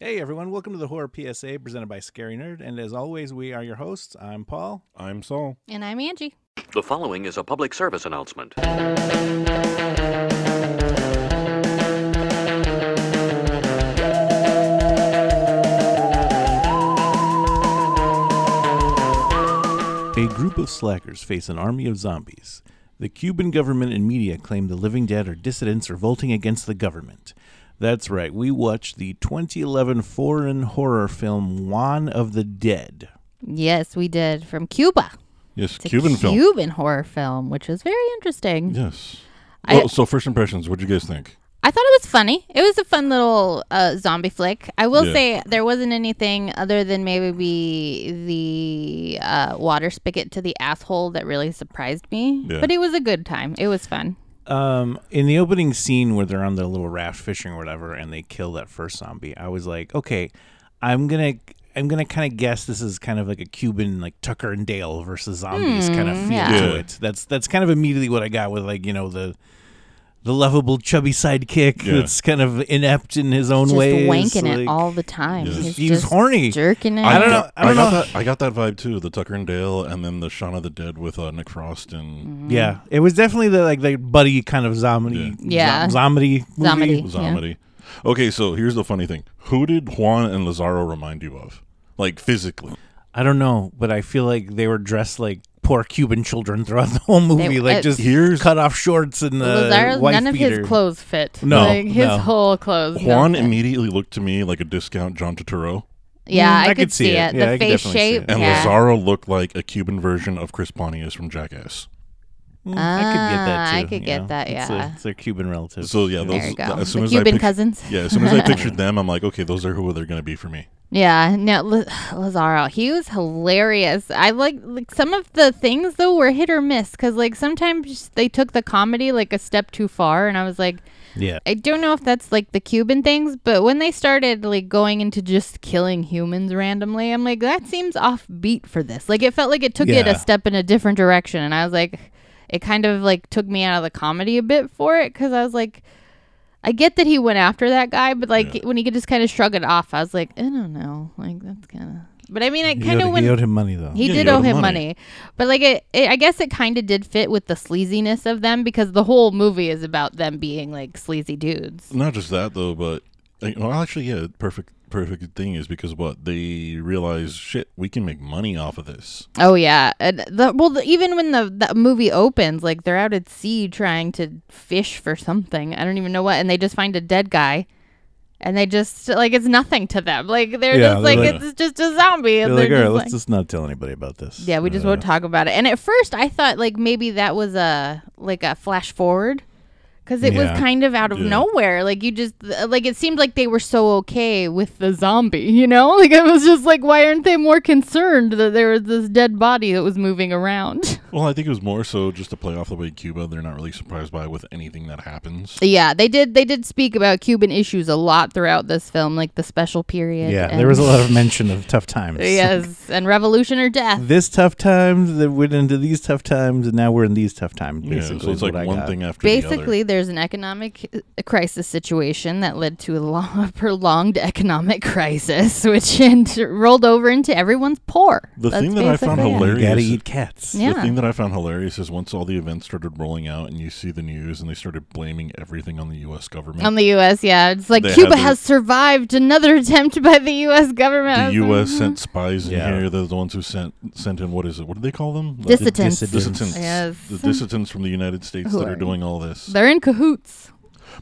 Hey everyone, welcome to the Horror PSA presented by Scary Nerd. And as always, we are your hosts. I'm Paul. I'm Saul. And I'm Angie. The following is a public service announcement. A group of slackers face an army of zombies. The Cuban government and media claim the living dead are dissidents revolting against the government. That's right, we watched the 2011 foreign horror film Juan of the Dead. Yes, we did from Cuba. Yes, It's a Cuban film. Cuban horror film, which was very interesting. Yes. I- well, so first impressions. What would you guys think? I thought it was funny. It was a fun little uh, zombie flick. I will Yeah. say there wasn't anything other than maybe the uh, water spigot to the asshole that really surprised me. Yeah. But it was a good time. It was fun. Um, in the opening scene where they're on the little raft fishing or whatever, and they kill that first zombie, I was like, okay, I'm gonna, I'm gonna kind of guess this is kind of like a Cuban like Tucker and Dale versus zombies kind of feel Hmm, yeah. to Yeah. it. That's that's kind of immediately what I got with like you know the. The lovable chubby sidekick Yeah. that's kind of inept in his own Just ways. wanking it like- all the time. Yeah. He's He's just horny. Jerking it. I don't know. got- I don't got know. That, I got that vibe too. The Tucker and Dale, and then the Shaun of the Dead with uh, Nick Frost Mm-hmm. and Yeah, it was definitely the like the buddy kind of zombie. Yeah. zom- zombie. movie. Zomedy. Yeah. Zomedy. Okay, so here's the funny thing. Who did Juan and Lazaro remind you of? Like physically? I don't know, but I feel like they were dressed like poor Cuban children throughout the whole movie, like uh, just Here's- cut off shorts and the Lazaro's- wife none of beater. his clothes fit. No, Like, his no. whole clothes. don't Juan fit. immediately looked to me like a discount John Turturro, Yeah, Mm, I, could, see it. Yeah, the I could face definitely see shape. it. and yeah. Lazaro looked like a Cuban version of Chris Pontius from Jackass. Mm, I could get that Ah, too. I could you get know. that, It's their- yeah. it's their Cuban relatives. So yeah, those There you go. as The soon as I Cuban pic- cousins. Yeah, as soon as I pictured them, I'm like, okay, those are who they're gonna be for me. Yeah, no, L- Lazaro, he was hilarious. I like like some of the things though were hit or miss because like sometimes they took the comedy like a step too far, and I was like, yeah. I don't know if that's like the Cuban things, but when they started like going into just killing humans randomly, I'm like, that seems offbeat for this. Like it felt like it took it Yeah. a step in a different direction, and I was like, it kind of like took me out of the comedy a bit for it because I was like. I get that he went after that guy, but like when he could just kind of shrug it off, I was like, I don't know, like that's kind of. But I mean, I He kind owed- of he went. owed him money though. He Yeah, did you owe owe him him money. money. but like it, it, I guess it kind of did fit with the sleaziness of them because the whole movie is about them being like sleazy dudes. Not just that though, but like, well, actually, yeah, perfect, perfect thing is because what they realize, shit, we can make money off of this. Oh yeah, and the, well, the, even when the, the movie opens, like they're out at sea trying to fish for something. I don't even know what, and they just find a dead guy. And they just like it's nothing to them. Like they're Yeah, just they're like, like- it's just a zombie. They're And like, all right, just let's just not tell anybody about this. Yeah, we just won't talk about it. And at first, I thought like maybe that was a like a flash forward because it Yeah. was kind of out of Yeah. nowhere. Like you just uh, like it seemed like they were so okay with the zombie, you know? Like it was just like why aren't they more concerned that there was this dead body that was moving around? Well, I think it was more so just to play off the way Cuba. They're not really surprised by with anything that happens. yeah, they did. They did speak about Cuban issues a lot throughout this film, like the special period. Yeah, and- there was a lot of mention of tough times. yes, and revolution or death. This tough times that went into these tough times, and now we're in these tough times. Yeah, Basically, so is it's like what I one got. thing after Basically, there's an economic uh, crisis situation that led to a long, prolonged economic crisis, which and rolled over into everyone's poor. The thing that I found basically it. hilarious- You gotta Hilarious. eat cats. the other. Yeah. The thing that I found hilarious is once all the events started rolling out, and you see the news, and they started blaming everything on the U.S. government. On the U.S., yeah, it's like They had Cuba the- has survived another attempt by the U.S. government. I was the like, "Mm-hmm." U.S. sent spies in Yeah. here. They're the ones who sent sent in what is it? What do they call them? The Dissidents. Dissidents. dissidents. Yes. The dissidents from the United States Who that are are- doing all this. They're in cahoots.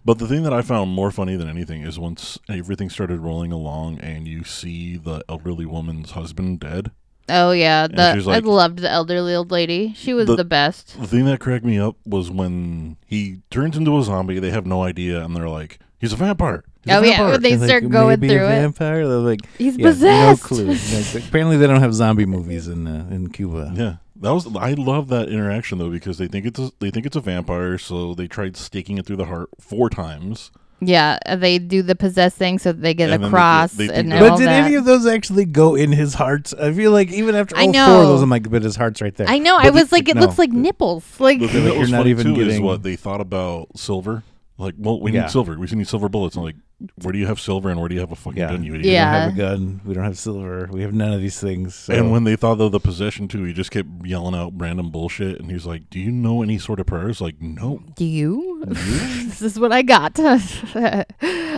But the thing that I found more funny than anything is once everything started rolling along and you see the elderly woman's husband dead. Oh yeah, And the, she's like- I loved the elderly old lady. She was The- the, best. The thing that cracked me up was when he turns into a zombie, they have no idea, and they're like, he's a vampire. He's a Oh, yeah, vampire." they- They're start going "Maybe a through it. Vampire. They're like, He's yeah, possessed. No clue. Like, apparently, they don't have zombie movies in uh, in Cuba. Yeah. That was I love that interaction though because they think it's a, they think it's a vampire so they tried staking it through the heart four times. Yeah, they do the possess thing so that they get And then they- a cross they think and they- all But did that. any of those actually go in his heart? I feel like even after I all four of know. those, I'm like, but his heart's right there. I know. But I the- was like, it no. looks like nipples. Like The thing Like, that was you're not funny even too is getting- what they thought about silver. Like, well, we Yeah. need silver. We need silver bullets. I'm like, where do you have silver and where do you have a fucking Yeah. gun, you idiot? We don't Yeah. have a gun. We don't have silver. We have none of these things. So. And when they thought of the possession too, he just kept yelling out random bullshit. And he's like, "Do you know any sort of prayers?" Like, no. Do you? this is what I got. I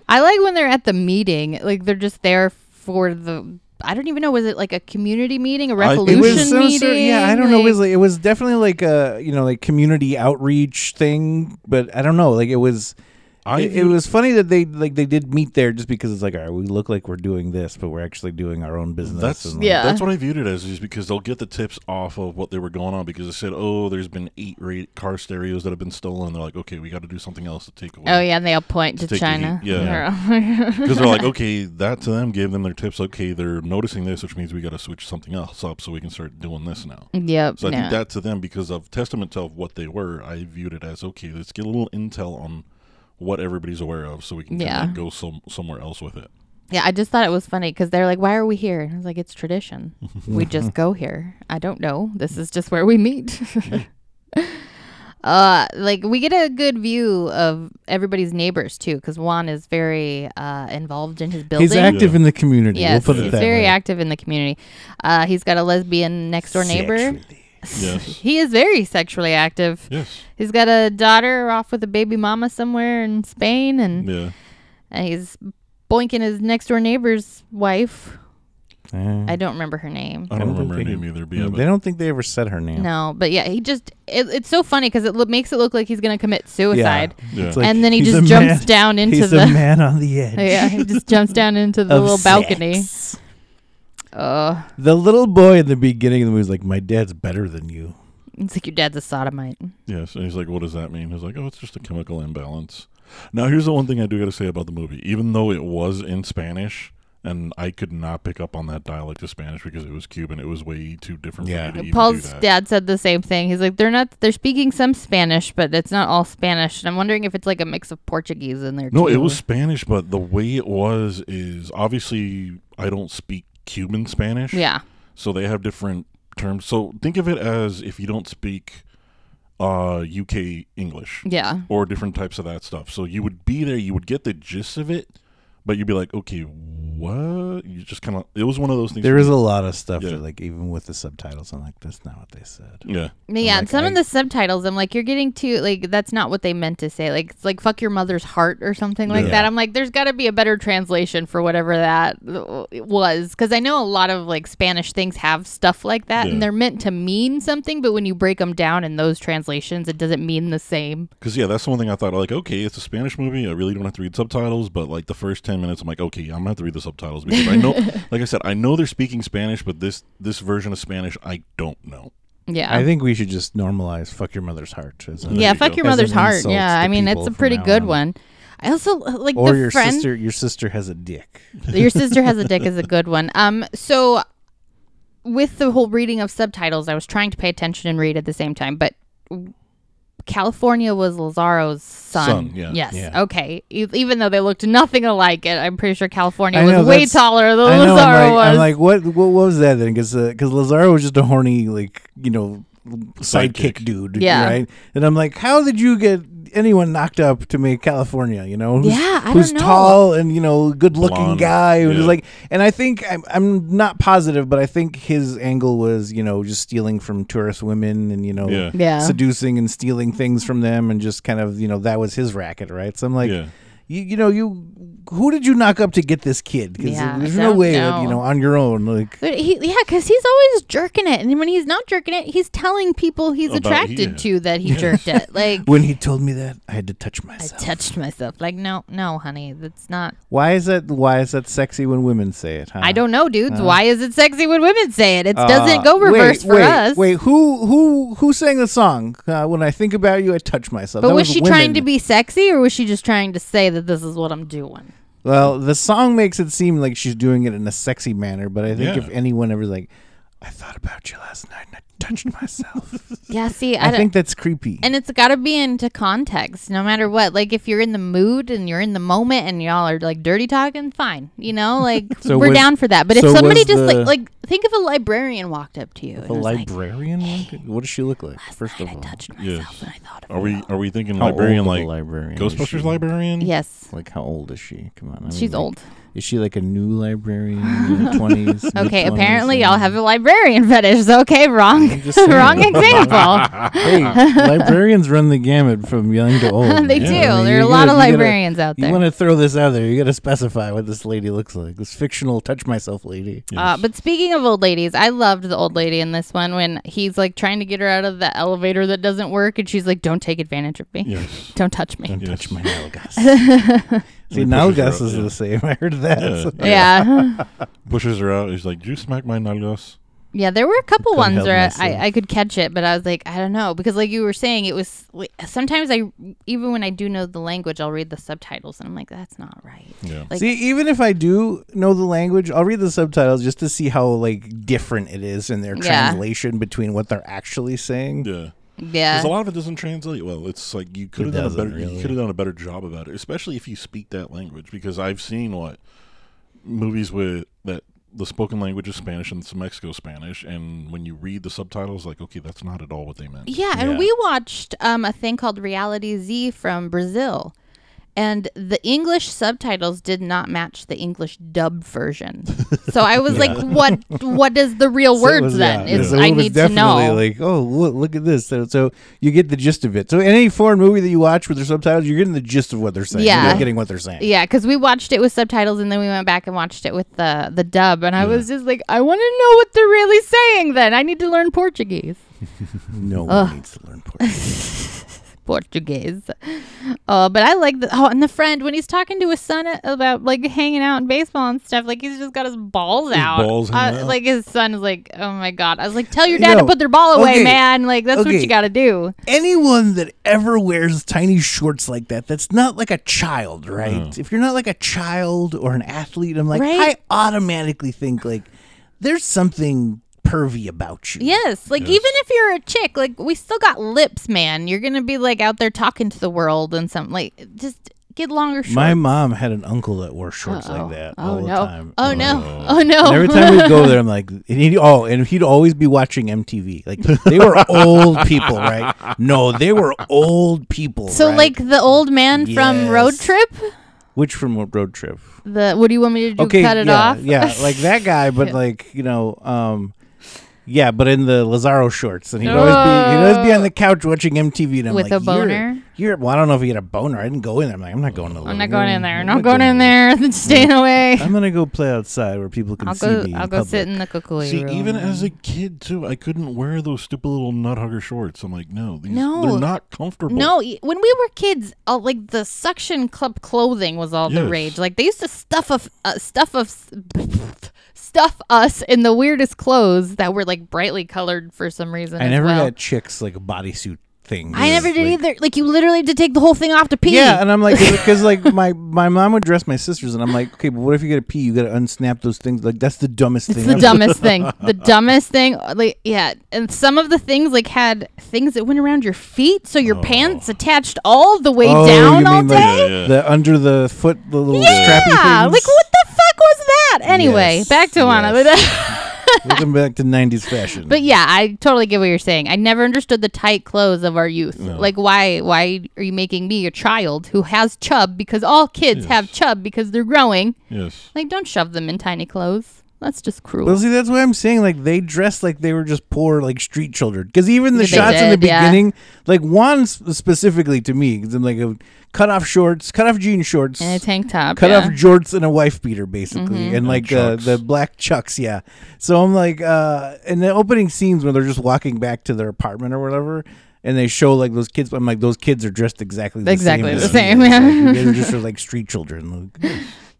like when they're at the meeting, like they're just there for the. I don't even know. Was it like a community meeting, a I- it it was revolution was some meeting? sort, yeah, I don't know. It Like, was like, it was definitely like a you know like community outreach thing, but I don't know. Like it was. I it, it was funny that they like they did meet there just because it's like all right we look like we're doing this but we're actually doing our own business That's and, like, Yeah. That's what I viewed it as, is because they'll get the tips off of what they were going on because they said, "Oh, there's been eight ra- car stereos that have been stolen." They're like, "Okay, we got to do something else to take away." oh yeah, and they all point to Take the China. heat, yeah. because they're like, "Okay, that to them gave them their tips. Okay, they're noticing this, which means we got to switch something else up so we can start doing this now." yep. So I no. think that to them, because of testament of what they were, I viewed it as okay. Let's get a little intel on what everybody's aware of, so we can kinda Yeah. go some, somewhere else with it. Yeah, I just thought it was funny because they're like, "Why are we here?" And I was like, "It's tradition. we just go here. I don't know. This is just where we meet." uh, like we get a good view of everybody's neighbors too, because Juan is very uh, involved in his building. he's active in the community Yes, we'll put it he's that very way active in the community. Uh, he's got a lesbian next door neighbor. Sexually. Yes, He is very sexually active. yes, He's got a daughter off with a baby mama somewhere in Spain, and, yeah. and he's boinking his next door neighbor's wife. Yeah. I don't remember her name. I I don't don't remember her think they name did. either, but yeah, Mm, but they don't think they ever said her name No, but yeah, he just it, it's so funny because it lo- makes it look like he's gonna commit suicide, Yeah. It's like, and then he he's just a jumps man- down into he's the a man on the edge yeah, he just jumps down into the of little balcony. sex. Oh, the little boy in the beginning of the movie is like my dad's better than you it's like your dad's a sodomite. Yes, and he's like, "What does that mean?" He's like, "Oh, it's just a chemical imbalance." Now, here's the one thing I do got to say about the movie, even though it was in Spanish, and I could not pick up on that dialect of Spanish because it was Cuban. It was way too different. Yeah. for me to even do Paul's that. dad said the same thing. He's like, they're not they're speaking some Spanish, but it's not all Spanish. And I'm wondering if it's like a mix of Portuguese in there. No, it too. was Spanish, but the way it was is obviously I don't speak Cuban Spanish. yeah, So they have different terms. So think of it as if you don't speak uh, UK English yeah. or different types of that stuff. So you would be there, you would get the gist of it, but you'd be like, okay, what? You just kind of, it was one of those things. there is a lot of stuff Yeah. that like even with the subtitles i'm like that's not what they said yeah. But yeah, like, and some of I- the subtitles, I'm like, you're getting too like that's not what they meant to say. Like, it's like fuck your mother's heart or something like that. Yeah. I'm like, there's got to be a better translation for whatever that uh, was, because I know a lot of like Spanish things have stuff like that, Yeah. and they're meant to mean something, but when you break them down in those translations, it doesn't mean the same. Because, yeah, that's the one thing I thought, like, okay, it's a Spanish movie. I really don't have to read subtitles, but, like, the first 10 minutes, I'm like, okay, I'm going to have to read the subtitles because I know, like I said, I know they're speaking Spanish, but this this version of Spanish, I don't know. Yeah. i think we should just normalize fuck your mother's heart as a- yeah, you fuck go. your As mother's an heart. insult Yeah, to I mean people it's a from pretty now good on. one. I also uh, like or the your friend. sister your sister has a dick your sister has a dick is a good one. Um, so with the whole reading of subtitles, I was trying to pay attention and read at the same time, but California was Lazaro's son. Son, yeah. Yes. Yeah. Okay. E- even though they looked nothing alike, and I'm pretty sure California I know, was way that's- taller than I know, Lazaro I'm like, was. I'm like, what, what, what was that then? Because because Lazaro was just a horny, like you know, sidekick, Sidekick. dude, Yeah. right? And I'm like, how did you get anyone knocked up to make California? You know, who's, Yeah, I who's don't know. tall and you know, good looking Blonde. guy, who's Yeah. like, and I think I'm I'm not positive, but I think his angle was you know just stealing from tourist women and you know Yeah. Yeah. seducing and stealing things from them and just kind of you know that was his racket, right? So I'm like. Yeah. You, you know you who did you knock up to get this kid because Yeah, I there's no don't way that, you know. know on your own like But he, yeah, because he's always jerking it, and when he's not jerking it, he's telling people he's About- attracted yeah. to that he jerked it. Like When he told me that, I had to touch I myself. touched myself. Like no, no, honey, that's not. why is that? Why is that sexy when women say it? Oh. Huh? I don't know, dudes. Why is it sexy when women say it? It doesn't go Uh, reverse wait, for wait, us. Wait, who who who sang the song? Uh, when I think about you, I touch myself. But That was she women. trying to be sexy or was she just trying to say that this is what I'm doing? Well, the song makes it seem like she's doing it in a sexy manner, but I think Yeah. if anyone ever like, I thought about you last night and I touched myself. Yeah, see, I, I don't, think that's creepy. and it's got to be into context, no matter what. Like if you're in the mood and you're in the moment, and y'all are like dirty talking, fine, you know, like So we're was- down for that. But so if somebody was just the- like like think if a librarian walked up to you and a was like, librarian? what does she look like? First of I all, touched myself Yes. and I thought of Are we you." are we thinking How librarian old of a like librarian is she? Ghostbusters librarian? Yes, Like how old is she? Come on, I mean, she's Mm-hmm. like, old. is she like a new librarian in her twenties? Okay, apparently y'all have a librarian fetish. So okay, wrong, I'm just saying. wrong example. Hey, librarians run the gamut from young to old. they Yeah, do. I mean, there are you a lot gotta- of you gotta- librarians out You there. want to throw this out there? You got to specify what this lady looks like. This fictional touch myself lady. Uh, but speaking of old ladies, I loved the old lady in this one when he's like trying to get her out of the elevator that doesn't work, and she's like, "Don't take advantage of me. Yes. Don't touch me." Yes. Touch my nalgas. See, pushes nalgas her is up, yeah. the same. I heard that. Yeah. So- Yeah, Pushes her out. He's like, "Did you smack my nalgas?" yeah. There were a couple Couldn't ones help where myself. I, I could catch it, but I was like, I don't know, because like you were saying, it was sometimes I even when I do know the language, I'll read the subtitles, and I'm like, that's not right. Yeah. Like- see, even if I do know the language, I'll read the subtitles just to see how like different it is in their Yeah. translation between what they're actually saying. Yeah. Yeah, Because a lot of it doesn't translate well. It's like you could It have done a doesn't better you really. could have done a better job about it, especially if you speak that language. Because I've seen what movies with that the spoken language is Spanish and it's Mexico Spanish, and when you read the subtitles, like okay, that's not at all what they meant. Yeah, and Yeah. we watched um, a thing called Reality Z from Brazil, and the English subtitles did not match the English dub version. So I was like, "What? What is the real So it words was- then? yeah. Is So I it was need to definitely know." Like, oh, look, look at this. So, so you get the gist of it. So any foreign movie that you watch with their subtitles, you're getting the gist of what they're saying. You're Yeah. not getting what they're saying. yeah, because we watched it with subtitles, and then we went back and watched it with the the dub, and I was just like, "I want to know what they're really saying." Then I need to learn Portuguese. No one needs to learn Portuguese. Portuguese. Oh, but I like the oh, and the friend when he's talking to his son about like hanging out and baseball and stuff. Like he's just got his balls out. balls hanging Uh, out. Like his son is like, oh my god. I was like, tell your You dad know, to put their ball away, okay, man. Like that's what okay. you got to do. Anyone that ever wears tiny shorts like that, that's not like a child, right? If you're not like a child or an athlete, I'm like, I Right? automatically think like there's something pervy about you. Yes, like even if you're a chick, like we still got lips, man. You're gonna be like out there talking to the world and something. Like just get longer shorts. My mom had an uncle that wore shorts Uh-oh. like that oh all no! the time. Oh, no! Oh no! And every time we'd go there, I'm like, and he'd, oh, and he'd always be watching MTV. Like they were old people, right? No, they were old people. so right? like the old man from Road Yes. Trip. which from what road trip? The what do you want me to do? cut it yeah, off. yeah, like that guy, but Yeah. like you know, um, yeah, but in the Lazaro shorts, and he'd always be he'd always be on the couch watching MTV, and I'm Oh. With like, "You're- a boner? You're, well, I don't know if he had a boner. I didn't go in there. I'm like, I'm not going to. the I'm living not going room. in there. I'm Not going in there. Staying away. I'm gonna go play outside where people can I'll see go. me. in I'll go public." sit in the cuckoo See, room. even as a kid too, I couldn't wear those stupid little nut hugger shorts. I'm like, no, these, No. they're not comfortable. no, y- when we were kids, all, like the suction club clothing was all the Yes. rage. Like they used to stuff of uh, stuff of s- stuff us in the weirdest clothes that were like brightly colored for some reason. I as never well. got chicks like bodysuit things. I never did Like- either. Like you literally had to take the whole thing off to pee. Yeah, and I'm like, because like my my mom would dress my sisters, and I'm like, okay, but what if you gotta pee? You gotta unsnap those things. Like that's the dumbest thing. It's the ever. dumbest thing. The dumbest thing. uh, Like yeah, and some of the things like had things that went around your feet, so your pants attached all the way Oh, down you all mean, day. like, Yeah, yeah. The under the foot, the little strappy things. yeah, like what the fuck was that? Anyway, Yes, back to one. Welcome back to '90s fashion. but yeah, I totally get what you're saying. I never understood the tight clothes of our youth. Like why? Why are you making me a child who has chub? Because all kids have chub because they're growing. Yes. Like don't shove them in tiny clothes. That's just cruel. Well, see, that's why I'm saying like they dressed like they were just poor, like street children. Because even the They shots in the did, yeah. beginning, like one sp- specifically to me, because I'm like a cut off shorts, cut off jean shorts, and a tank top. cut yeah. Mm-hmm. off jorts and a wife beater basically and like uh, chucks. the black chucks yeah so i'm like uh in the opening scenes when they're just walking back to their apartment or whatever and they show like those kids i'm like those kids are dressed exactly the Exactly same the as same, me." yeah. Like, you guys are just are like street children like,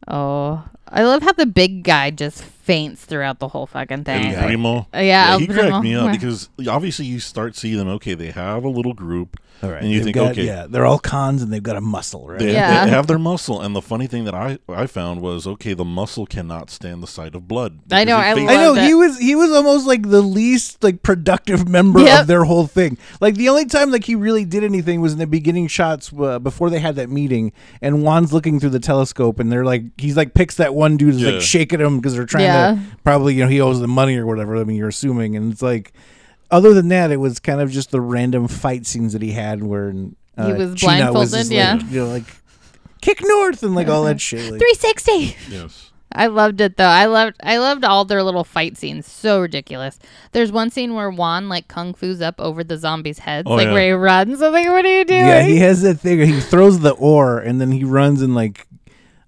Oh, I love how the big guy just faints throughout the whole fucking thing. And Primo. Uh, yeah, El he Primo. cracked me up Yeah. because obviously you start seeing them. Okay, they have a little group, All right. and you they've think, got- okay, yeah, they're all cons and they've got a muscle, right? They, Yeah. they have their muscle, and the funny thing that I, I found was okay, the muscle cannot stand the sight of blood. I know, because it I fades- I know Love he it. was he was almost like the least like productive member of Yep. their whole thing. Like the only time like he really did anything was in the beginning shots uh, before they had that meeting, and Juan's looking through the telescope, and they're like he's like picks that one dude who's Yeah. like shaking him because they're trying Yeah. to probably you know he owes them money or whatever. I mean you're assuming, and it's like other than that, it was kind of just the random fight scenes that he had where uh, He was Chyna blindfolded, just, yeah. like, you know like kick north and like all that shit. Like, 360. Yes. I loved it though. I loved I loved all their little fight scenes. So ridiculous. There's one scene where Juan like kung fu's up over the zombies' heads, Oh, like yeah. where he runs. I'm like, what are you doing? Yeah, he has that thing. He throws the ore, and then he runs and like,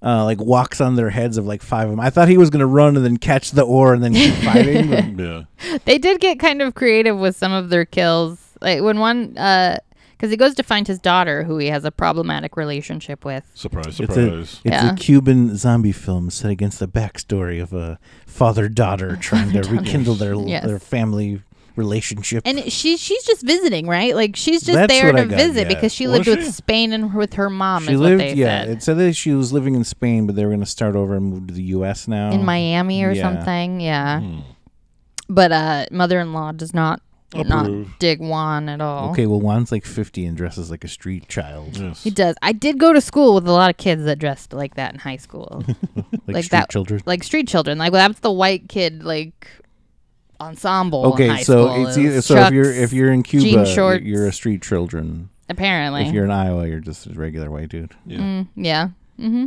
uh, like walks on their heads of like five of them. I thought he was gonna run and then catch the ore and then keep fighting. but- Yeah. they did get kind of creative with some of their kills. Like when one, uh, because he goes to find his daughter, who he has a problematic relationship with. Surprise, It's a, surprise. it's Yeah. a Cuban zombie film set against the backstory of a father daughter trying to rekindle their Yes. their family relationship. And she she's just visiting, right? Like she's just That's there what to I got, visit yeah. because she Was lived she? with Spain and with her mom. she is lived, what they yeah. said. It said that she was living in Spain, but they were gonna start over and move to the U.S. now. in Miami or Oh, Yeah. Hmm. something. Yeah. But uh, mother-in-law does not Approve. not dig Juan at all. Okay, well, Juan's like fifty and dresses like a street child, Yes. He does. I did go to school with a lot of kids that dressed like that in high school, like, Like street that- children. like street children. Like that's the white kid like ensemble. in Okay, high so school. it's It either, was so if you're if Chucks, you're in Cuba, jean you're- shorts. you're a street children. apparently If you're in Iowa, you're just a regular white dude. Yeah. Mm, yeah. hmm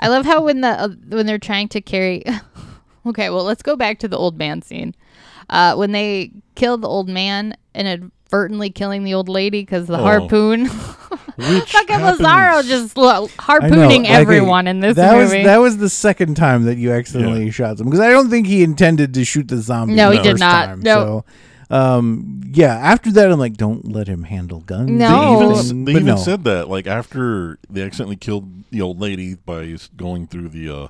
I love how when the uh, when they're trying to carry. okay, well, let's go back to the old man scene. Uh, when they kill the old man, inadvertently killing the old lady because the Oh. harpoon. Which Fucking happens- Lazaro just lo- I know, harpooning like, everyone in this that movie. was that was the second time that you accidentally shot them because I don't think he intended to shoot the zombie. No, the he did first not. Time, No. So, um, yeah. After that, I'm like, don't let him handle guns. No. They even, Oh. s- But they even no. said that, like, after they accidentally killed the old lady by s- going through the uh,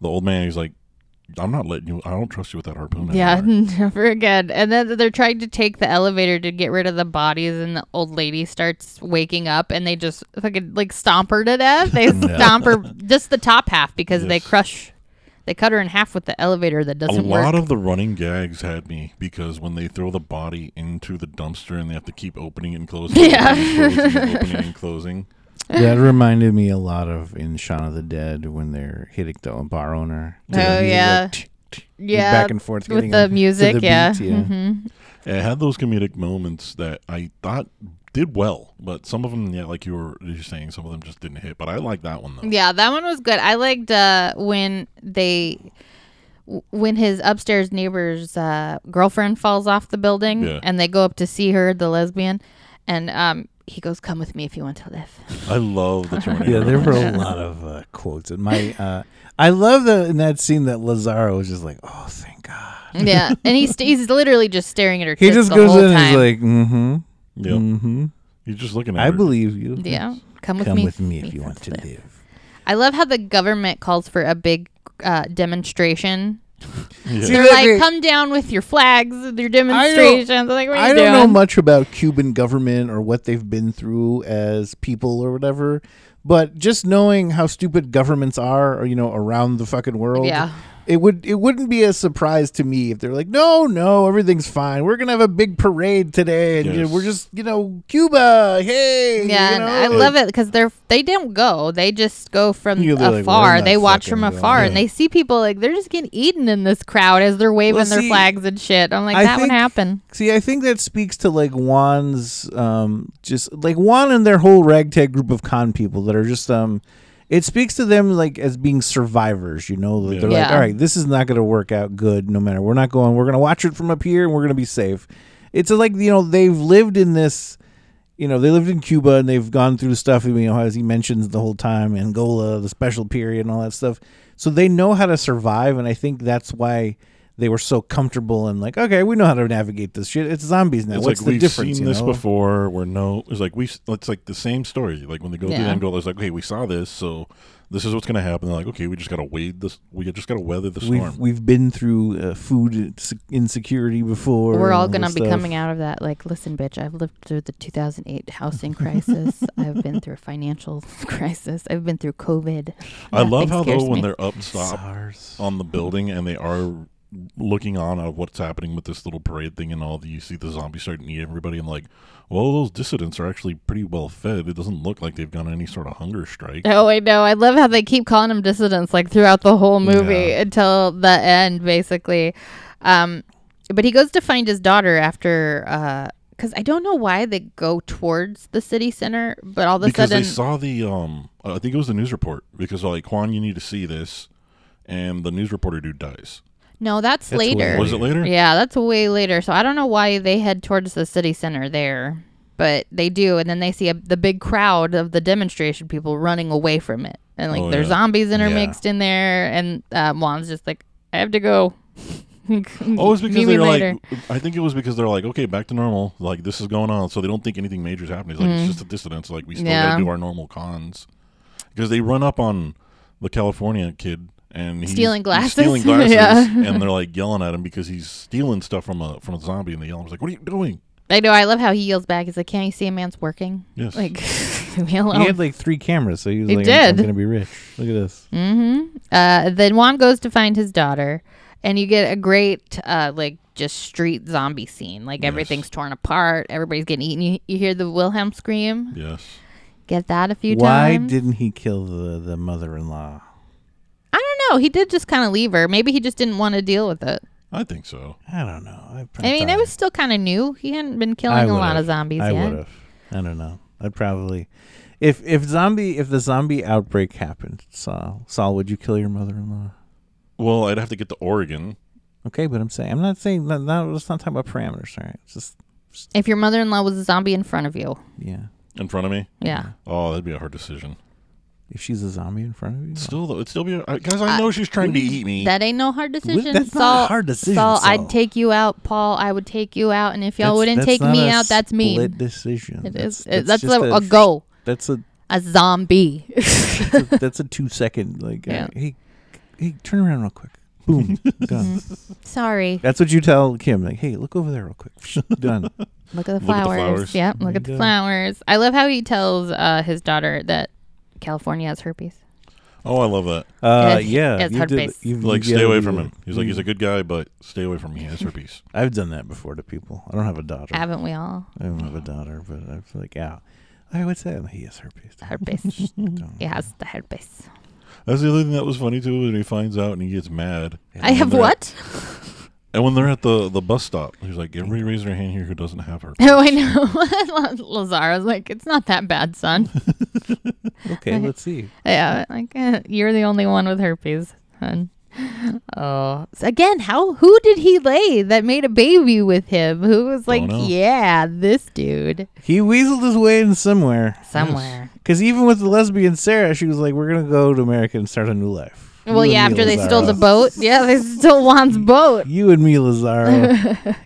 the old man, he's like, I'm not letting you, I don't trust you with that harpoon. yeah, anymore." never again. And then they're trying to take the elevator to get rid of the bodies, and the old lady starts waking up, and they just fucking like stomp her to death. They stomp her just the top half because they Yes. crush, they cut her in half with the elevator that A doesn't lot work. of the running gags had me because when they throw the body into the dumpster and they have to keep opening and closing, Yeah. opening and closing, opening and closing. that reminded me a lot of in Shaun of the Dead when they're hitting the bar owner. Oh, yeah. yeah, back and forth with getting the him to music. the yeah, beat, yeah. hmm It had those comedic moments that I thought did well, but some of them, yeah, like you were you were saying, some of them just didn't hit. But I like that one though. yeah, that one was good. I liked uh, when they. w- When his upstairs neighbor's uh, girlfriend falls off the building, Yeah. and they go up to see her, the lesbian, and um, he goes, "Come with me if you want to live." I love the Terminator. Yeah, there were a reference. lot of uh, quotes. And my, uh, I love the in that scene that Lazaro was just like, "Oh, thank God." Yeah, and he's he's literally just staring at her. He tits just the goes whole in and time. he's like, "Mm-hmm, Yep. mm-hmm." You're just looking at. I her. believe you. "Yeah, come with Come me, with me if you want let's to live." live. I love how the government calls for a big uh, demonstration. Yeah. See, They're that- like, they- "Come down with your flags, with your demonstrations." I'm like, what are you I don't know doing? much about Cuban government or what they've been through as people or whatever, but just knowing how stupid governments are, or, you know, around the fucking world, Yeah. it would it wouldn't be a surprise to me if they're like, no, no, everything's fine. We're gonna have a big parade today, and you know, Yes. we're just you know Cuba, hey, Yeah, you and know? I love it because they're they don't go; they just go from Yeah, they're like, afar. "We're not they watch from fucking going." afar, and Yeah. they see people like they're just getting eaten in this crowd as they're waving their see, flags and shit. I'm like, I that would think- happen. See, I think that speaks to like Juan's, um, just like Juan and their whole ragtag group of con people that are just, um, it speaks to them like as being survivors, you know? Like, They're like, Yeah. all right, this is not going to work out good no matter. We're not going, we're going to watch it from up here and we're going to be safe. It's like, you know, they've lived in this, you know, they lived in Cuba and they've gone through stuff, you know, as he mentions the whole time, Angola, the special period, and all that stuff. So they know how to survive. And I think that's why they were so comfortable and like, okay, we know how to navigate this shit. It's zombies now. It's What's like the we've difference? seen you this know? before. Where no, it's like we. s- It's like the same story. Like when they go through the Yeah. end goal, it's like, okay, we saw this, so this is what's going to happen. They're like, okay, we just got to wade this. We just got to weather the storm. We've we've been through uh, food inse- insecurity before. We're and all this gonna be stuff. coming out of that like, listen, bitch. I've lived through the 2008 housing crisis. I've been through a financial crisis. I've been through COVID. I Nothing love how scares though when me. they're up top SARS. on the building and they are looking on at what's happening with this little parade thing and all, that, you see the zombies starting to eat everybody. I'm like, well, those dissidents are actually pretty well fed. It doesn't look like they've gone on any sort of hunger strike. Oh, I know. I love how they keep calling them dissidents like throughout the whole movie Yeah. until the end, basically. Um, but he goes to find his daughter after, because I don't know why they go towards the city center, but all of a because sudden, they saw the um uh, i think it was the news report because they're like juan you need to see this and the news reporter dude dies no, that's, That's later. weird. was it later Yeah, that's way later. So I don't know why they head towards the city center there, but they do, and then they see a, the big crowd of the demonstration people running away from it, and like Oh, there's yeah. zombies intermixed in there, and uh, Juan's just like, I have to go. Oh, it's because Meet me they're later. like. I think it was because they're like, okay, back to normal. Like this is going on, so they don't think anything major is happening. It's like it's just a dissonance. Like we still Mm. Yeah. gotta do our normal cons, because they run up on the California kid and he's Stealing he's glasses. stealing glasses, Yeah. and they're like yelling at him because he's stealing stuff from a from a zombie, and they yell. I was like, what are you doing? I know. I love how he yells back. He's like, "Can't you see a man's working?" Yes. Like, leave me He alone. had like three cameras, so he was He like, I'm- "I'm did. gonna be rich." Look at this. Mm-hmm. Uh, then Juan goes to find his daughter, and you get a great, uh, like, just street zombie scene. Like, everything's torn apart. Everybody's getting eaten. You, you hear the Wilhelm scream. Yes. Get that a few Why times. didn't he kill the the mother-in-law? I don't know. He did just kind of leave her. Maybe he just didn't want to deal with it. I think so. I don't know. I, I mean, it was still kind of new. He hadn't been killing a lot of zombies I yet. would have. I don't know. I'd probably, if if zombie if the zombie outbreak happened, Saul Saul, would you kill your mother-in-law? Well, I'd have to get to Oregon. Okay, but I'm saying I'm not saying not, not let's not talk about parameters. All right, It's just If your mother-in-law was a zombie in front of you, yeah. In front of me? yeah. Mm-hmm. Oh, that'd be a hard decision. If she's a zombie in front of you, Still, though, it'd still be. Because I know she's trying to eat me. Mm, That ain't no hard decision. that's not a Saul, hard decision, Saul, Saul. I'd take you out, Paul. I would take you out, and if That's- y'all wouldn't that's take not me a out, that's mean. Split decision. It that's, is. It- That's, just a, a go. That's a A zombie. that's a- that's a two second like. uh, Yeah. hey, hey, turn around real quick. Boom, done. Sorry. That's what you tell Kim. Like, hey, look over there real quick. done. Look at the Look at the flowers. flowers. Yep. There Look you at the go. flowers. I love how he tells uh, his daughter that California has herpes. oh, I love that. Uh, Yes, yeah, yes, you hard did- base. you- you Like, get stay away it. from him. He's like, he's a good guy, but stay away from me. He has herpes. I've done that before to people. I don't have a daughter. I Haven't we all? don't have a daughter, but I feel like, yeah. Hey, what's that? He has herpes. Uh, Herpes. Don't- it has the herpes. That's the other thing that was funny too. When he finds out and he gets mad. And I when have they're- what? And when they're at the the bus stop, he's like, "Everybody raise their hand here who doesn't have herpes." Oh, I know. Lazara's like, it's not that bad, son. Okay, let's see. yeah, like eh, you're the only one with herpes, hun. Oh, so again, how? Who did he lay that made a baby with him? Who was like, know. yeah, this dude He weaseled his way in somewhere. somewhere. Because even with the lesbian Sarah, she was like, "We're gonna go to America and start a new life." Well, You yeah, and me, after they stole the Lazaro. boat, yeah, they stole Juan's boat. You and me, Lazaro,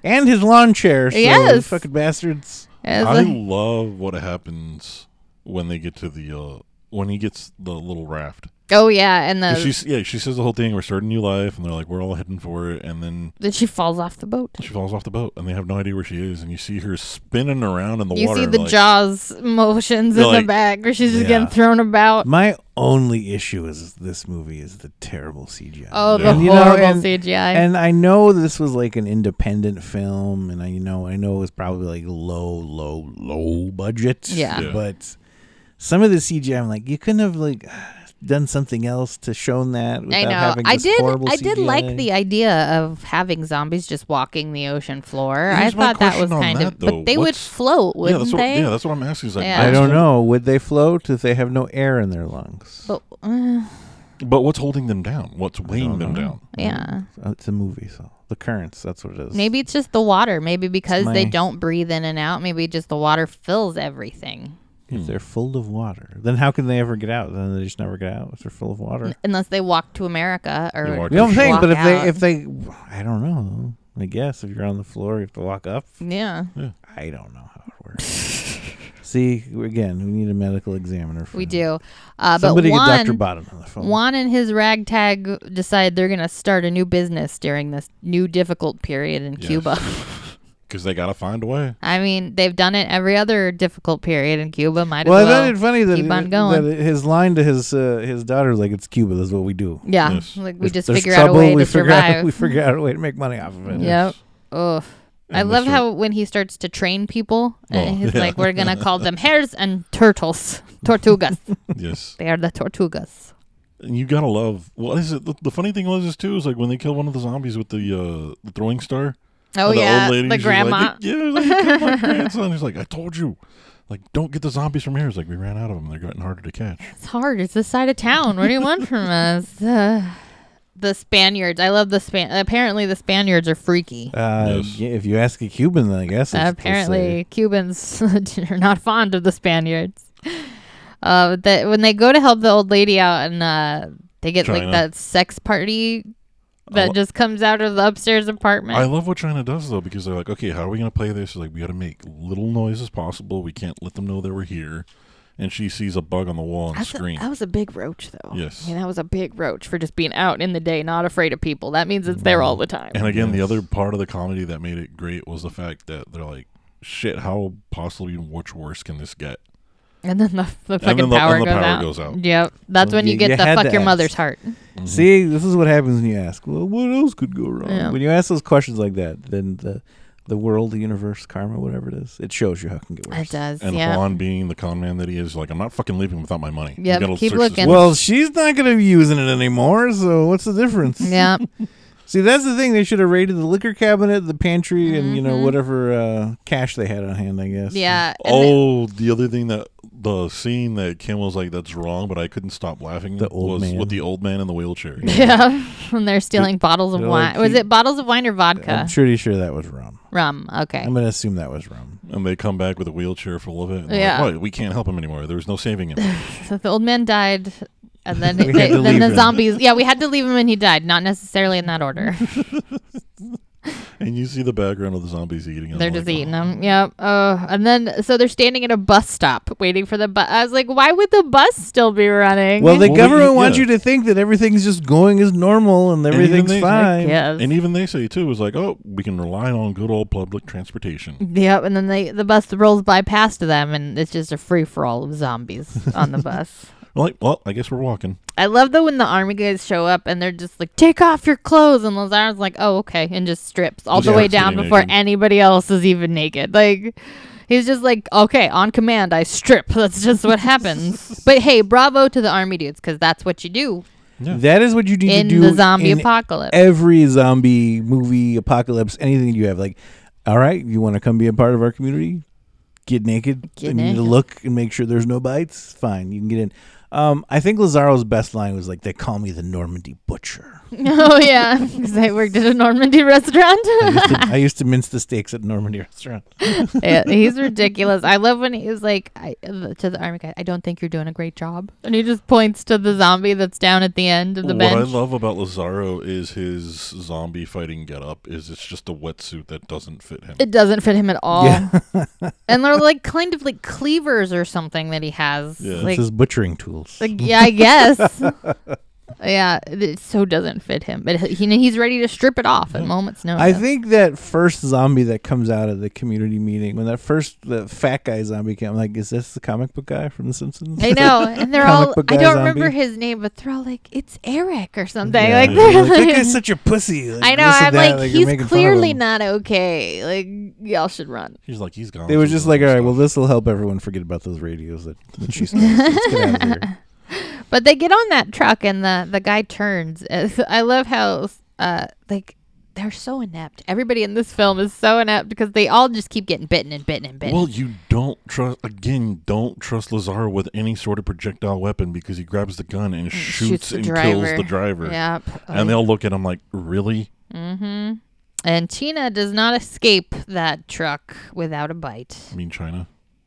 and his lawn chair. So yes, Yes. fucking bastards. It's I like- love what happens when they get to the uh, when he gets the little raft. oh yeah, and 'Cause the she's- yeah, she says the whole thing. We're starting a new life, and they're like, "We're all heading for it." And then then she falls off the boat. she falls off the boat, and they have no idea where she is. And you see her spinning around in the You water. see and the like, jaws motions in You're the like- back, where she's just Yeah. getting thrown about. My only issue is this movie is the terrible CGI. Oh, the And, you know, horrible and- CGI. And I know this was like an independent film, and I you know I know it was probably like low, low, low budget. Yeah. Yeah. But some of the CGI, I'm like, you couldn't have like done something else to shown that. Without I know. Having I this did. Horrible I did CGI. like the idea of having zombies just walking the ocean floor. I Here's my thought that was question on kind that, of. though. But they would What's- float, yeah, wouldn't that's what, they? yeah, that's what I'm asking. Is like, Yeah. I don't know. Would they float if they have no air in their lungs? but, uh, But what's holding them down? What's weighing them down? yeah. Uh, It's a movie, so the currents. That's what it is. Maybe it's just the water. Maybe because they my- don't breathe in and out. Maybe just the water fills everything. if they're full of water, then how can they ever get out? Then they just never get out if they're full of water. Unless they walk to America or They walk You know what I'm Sure. saying? walk But if out. they, if they, I I don't know. I guess if you're on the floor, you have to lock up. Yeah. I don't know how it works. See, again, we need a medical examiner. For We do. Uh, but Somebody Juan, get Dr. Bottom on the phone. Juan and his ragtag decide they're going to start a new business during this new difficult period in Yes. Cuba. because they gotta find a way. I mean, they've done it every other difficult period in Cuba. Might well, as I well. found it funny that, keep on that going. his line to his uh, his daughter is like, "It's Cuba. That's what we do. yeah, Yes. like we If just there's figure out a trouble, way we to figure out- survive. we figure out a way to make money off of it. Yep. Ugh. I And love Mr. how when he starts to train people, Oh, and he's yeah. like, "We're gonna call them hares and turtles, tortugas. Yes, they are the tortugas." and you gotta love. Well, is it the, the funny thing was is too is like when they killed one of the zombies with the uh, the throwing star. Oh And the yeah, old lady, the she's like, grandma. yeah, like, you killed my grandson. He's like, I told you, like don't get the zombies from here. He's like, we ran out of them. They're getting harder to catch. It's hard. It's the side of town. What do you want from us? Ugh. the Spaniards. I love the Span. Apparently, the Spaniards are freaky. Uh, Yes. yeah, If you ask a Cuban, then I guess. it's- it's, uh, Apparently, Cubans are not fond of the Spaniards. Uh, that when they go to help the old lady out and uh, they get China. like that sex party that lo- just comes out of the upstairs apartment. I love what China does though, because they're like, okay, how are we gonna play this? Like, we gotta make little noise as possible. We can't let them know that we're here. And she sees a bug on the wall and That's a- screams. that was a big roach, though. Yes. I mean, that was a big roach for just being out in the day, not afraid of people. That means it's Mm-hmm. there all the time. And again, the other part of the comedy that made it great was the fact that they're like, shit, how possibly much worse can this get? And then the, the fucking then the- power, and the goes, power out. goes out. Yep. That's Well, when you, you- get you the had to fuck your ask. mother's heart. See, this is what happens when you ask. Well, what else could go wrong? Yeah. When you ask those questions like that, then the the world, the universe, karma, whatever it is, it shows you how it can get It worse. does. And yeah. Juan being the con man that he is, like, I'm not fucking leaving without my money. You Yep, gotta keep search this looking. place." Well, she's not going to be using it anymore, so what's the difference? Yeah. See, that's the thing. They should have raided the liquor cabinet, the pantry, and you know whatever uh, cash they had on hand. I guess. Mm-hmm. yeah. And then- Oh, the other thing that the scene that Kim was like, "That's wrong," but I couldn't stop laughing. The old was man. with the old man in the wheelchair. Yeah, when they're stealing bottles of they're wine. like, was he- it bottles of wine or vodka? I'm pretty sure that was rum. Rum. Okay. I'm going to assume that was rum. and they come back with a wheelchair full of it. And they're Yeah. like, "What? we can't help him anymore. There's no saving him. So the old man died, and then We had they- to then leave the him. zombies. Yeah, we had to leave him, and he died. Not necessarily in that order. and you see the background of the zombies eating him. they're like, just eating him. Yep. Oh, and then so they're standing at a bus stop waiting for the bus. I was like, why would the bus still be running? Well, the Well, we- government wants yeah. you to think that everything's just going as normal and even everything's they- fine. yes. And even they say too is like, "Oh, we can rely on good old public transportation." Yep, and then they the bus rolls by past them, and it's just a free for all of zombies on the bus. We're like, well, I guess we're walking. I love though when the army guys show up and they're just like, take off your clothes. And Lazar's like, oh, okay. And just strips all the Yeah, way it's getting down before naked. anybody else is even naked. Like, he's just like, okay, on command, I strip. That's just what happens. But hey, bravo to the army dudes because that's what you do That is what you need in to do the zombie in apocalypse. every zombie movie, apocalypse, anything you have. Like, all right, you want to come be a part of our community? Get naked. Get and you need to naked. look and make sure there's no bites. Fine, you can get in. Um, I think Lazaro's best line was like, "They call me the Normandy butcher." oh, yeah. Because I worked at a Normandy restaurant. I used, to, I used to mince the steaks at Normandy restaurant. yeah, he's ridiculous. I love when he's like I, to the army guy, I don't think you're doing a great job. And he just points to the zombie that's down at the end of the what bench. I love about Lazaro is his zombie fighting getup is it's just a wetsuit that doesn't fit him. It doesn't fit him at all. Yeah. and they're like kind of like cleavers or something that he has. Yeah. This Like, is butchering tools. like, yeah, I guess. yeah, it so doesn't fit him. But he, he's ready to strip it off at moments' notice. I think that first zombie that comes out of the community meeting, when that first the fat guy zombie came, I'm like, is this the comic book guy from The Simpsons? I know, and they're Comic all. book I guy don't remember zombie. his name, but they're all like, "It's Eric" or something. Yeah. Like, They're they're like, that like- guy's such a pussy. I know. this and I'm that, like, you're he's making fun of clearly him. not okay. Like, y'all should run. He's like, he's gone. They were through just some like, all right, stuff." well, this will help everyone forget about those radios that, that she stole. Let's get out of here. But they get on that truck and the the guy turns. I love how uh like they're so inept. Everybody in this film is so inept because they all just keep getting bitten and bitten and bitten. Well, you don't trust again. Don't trust Lazaro with any sort of projectile weapon because he grabs the gun and shoots, Mm, the and driver. kills the driver. yep. And they'll look at him like, really? mm-hmm. And Tina does not escape that truck without a bite. I mean, China.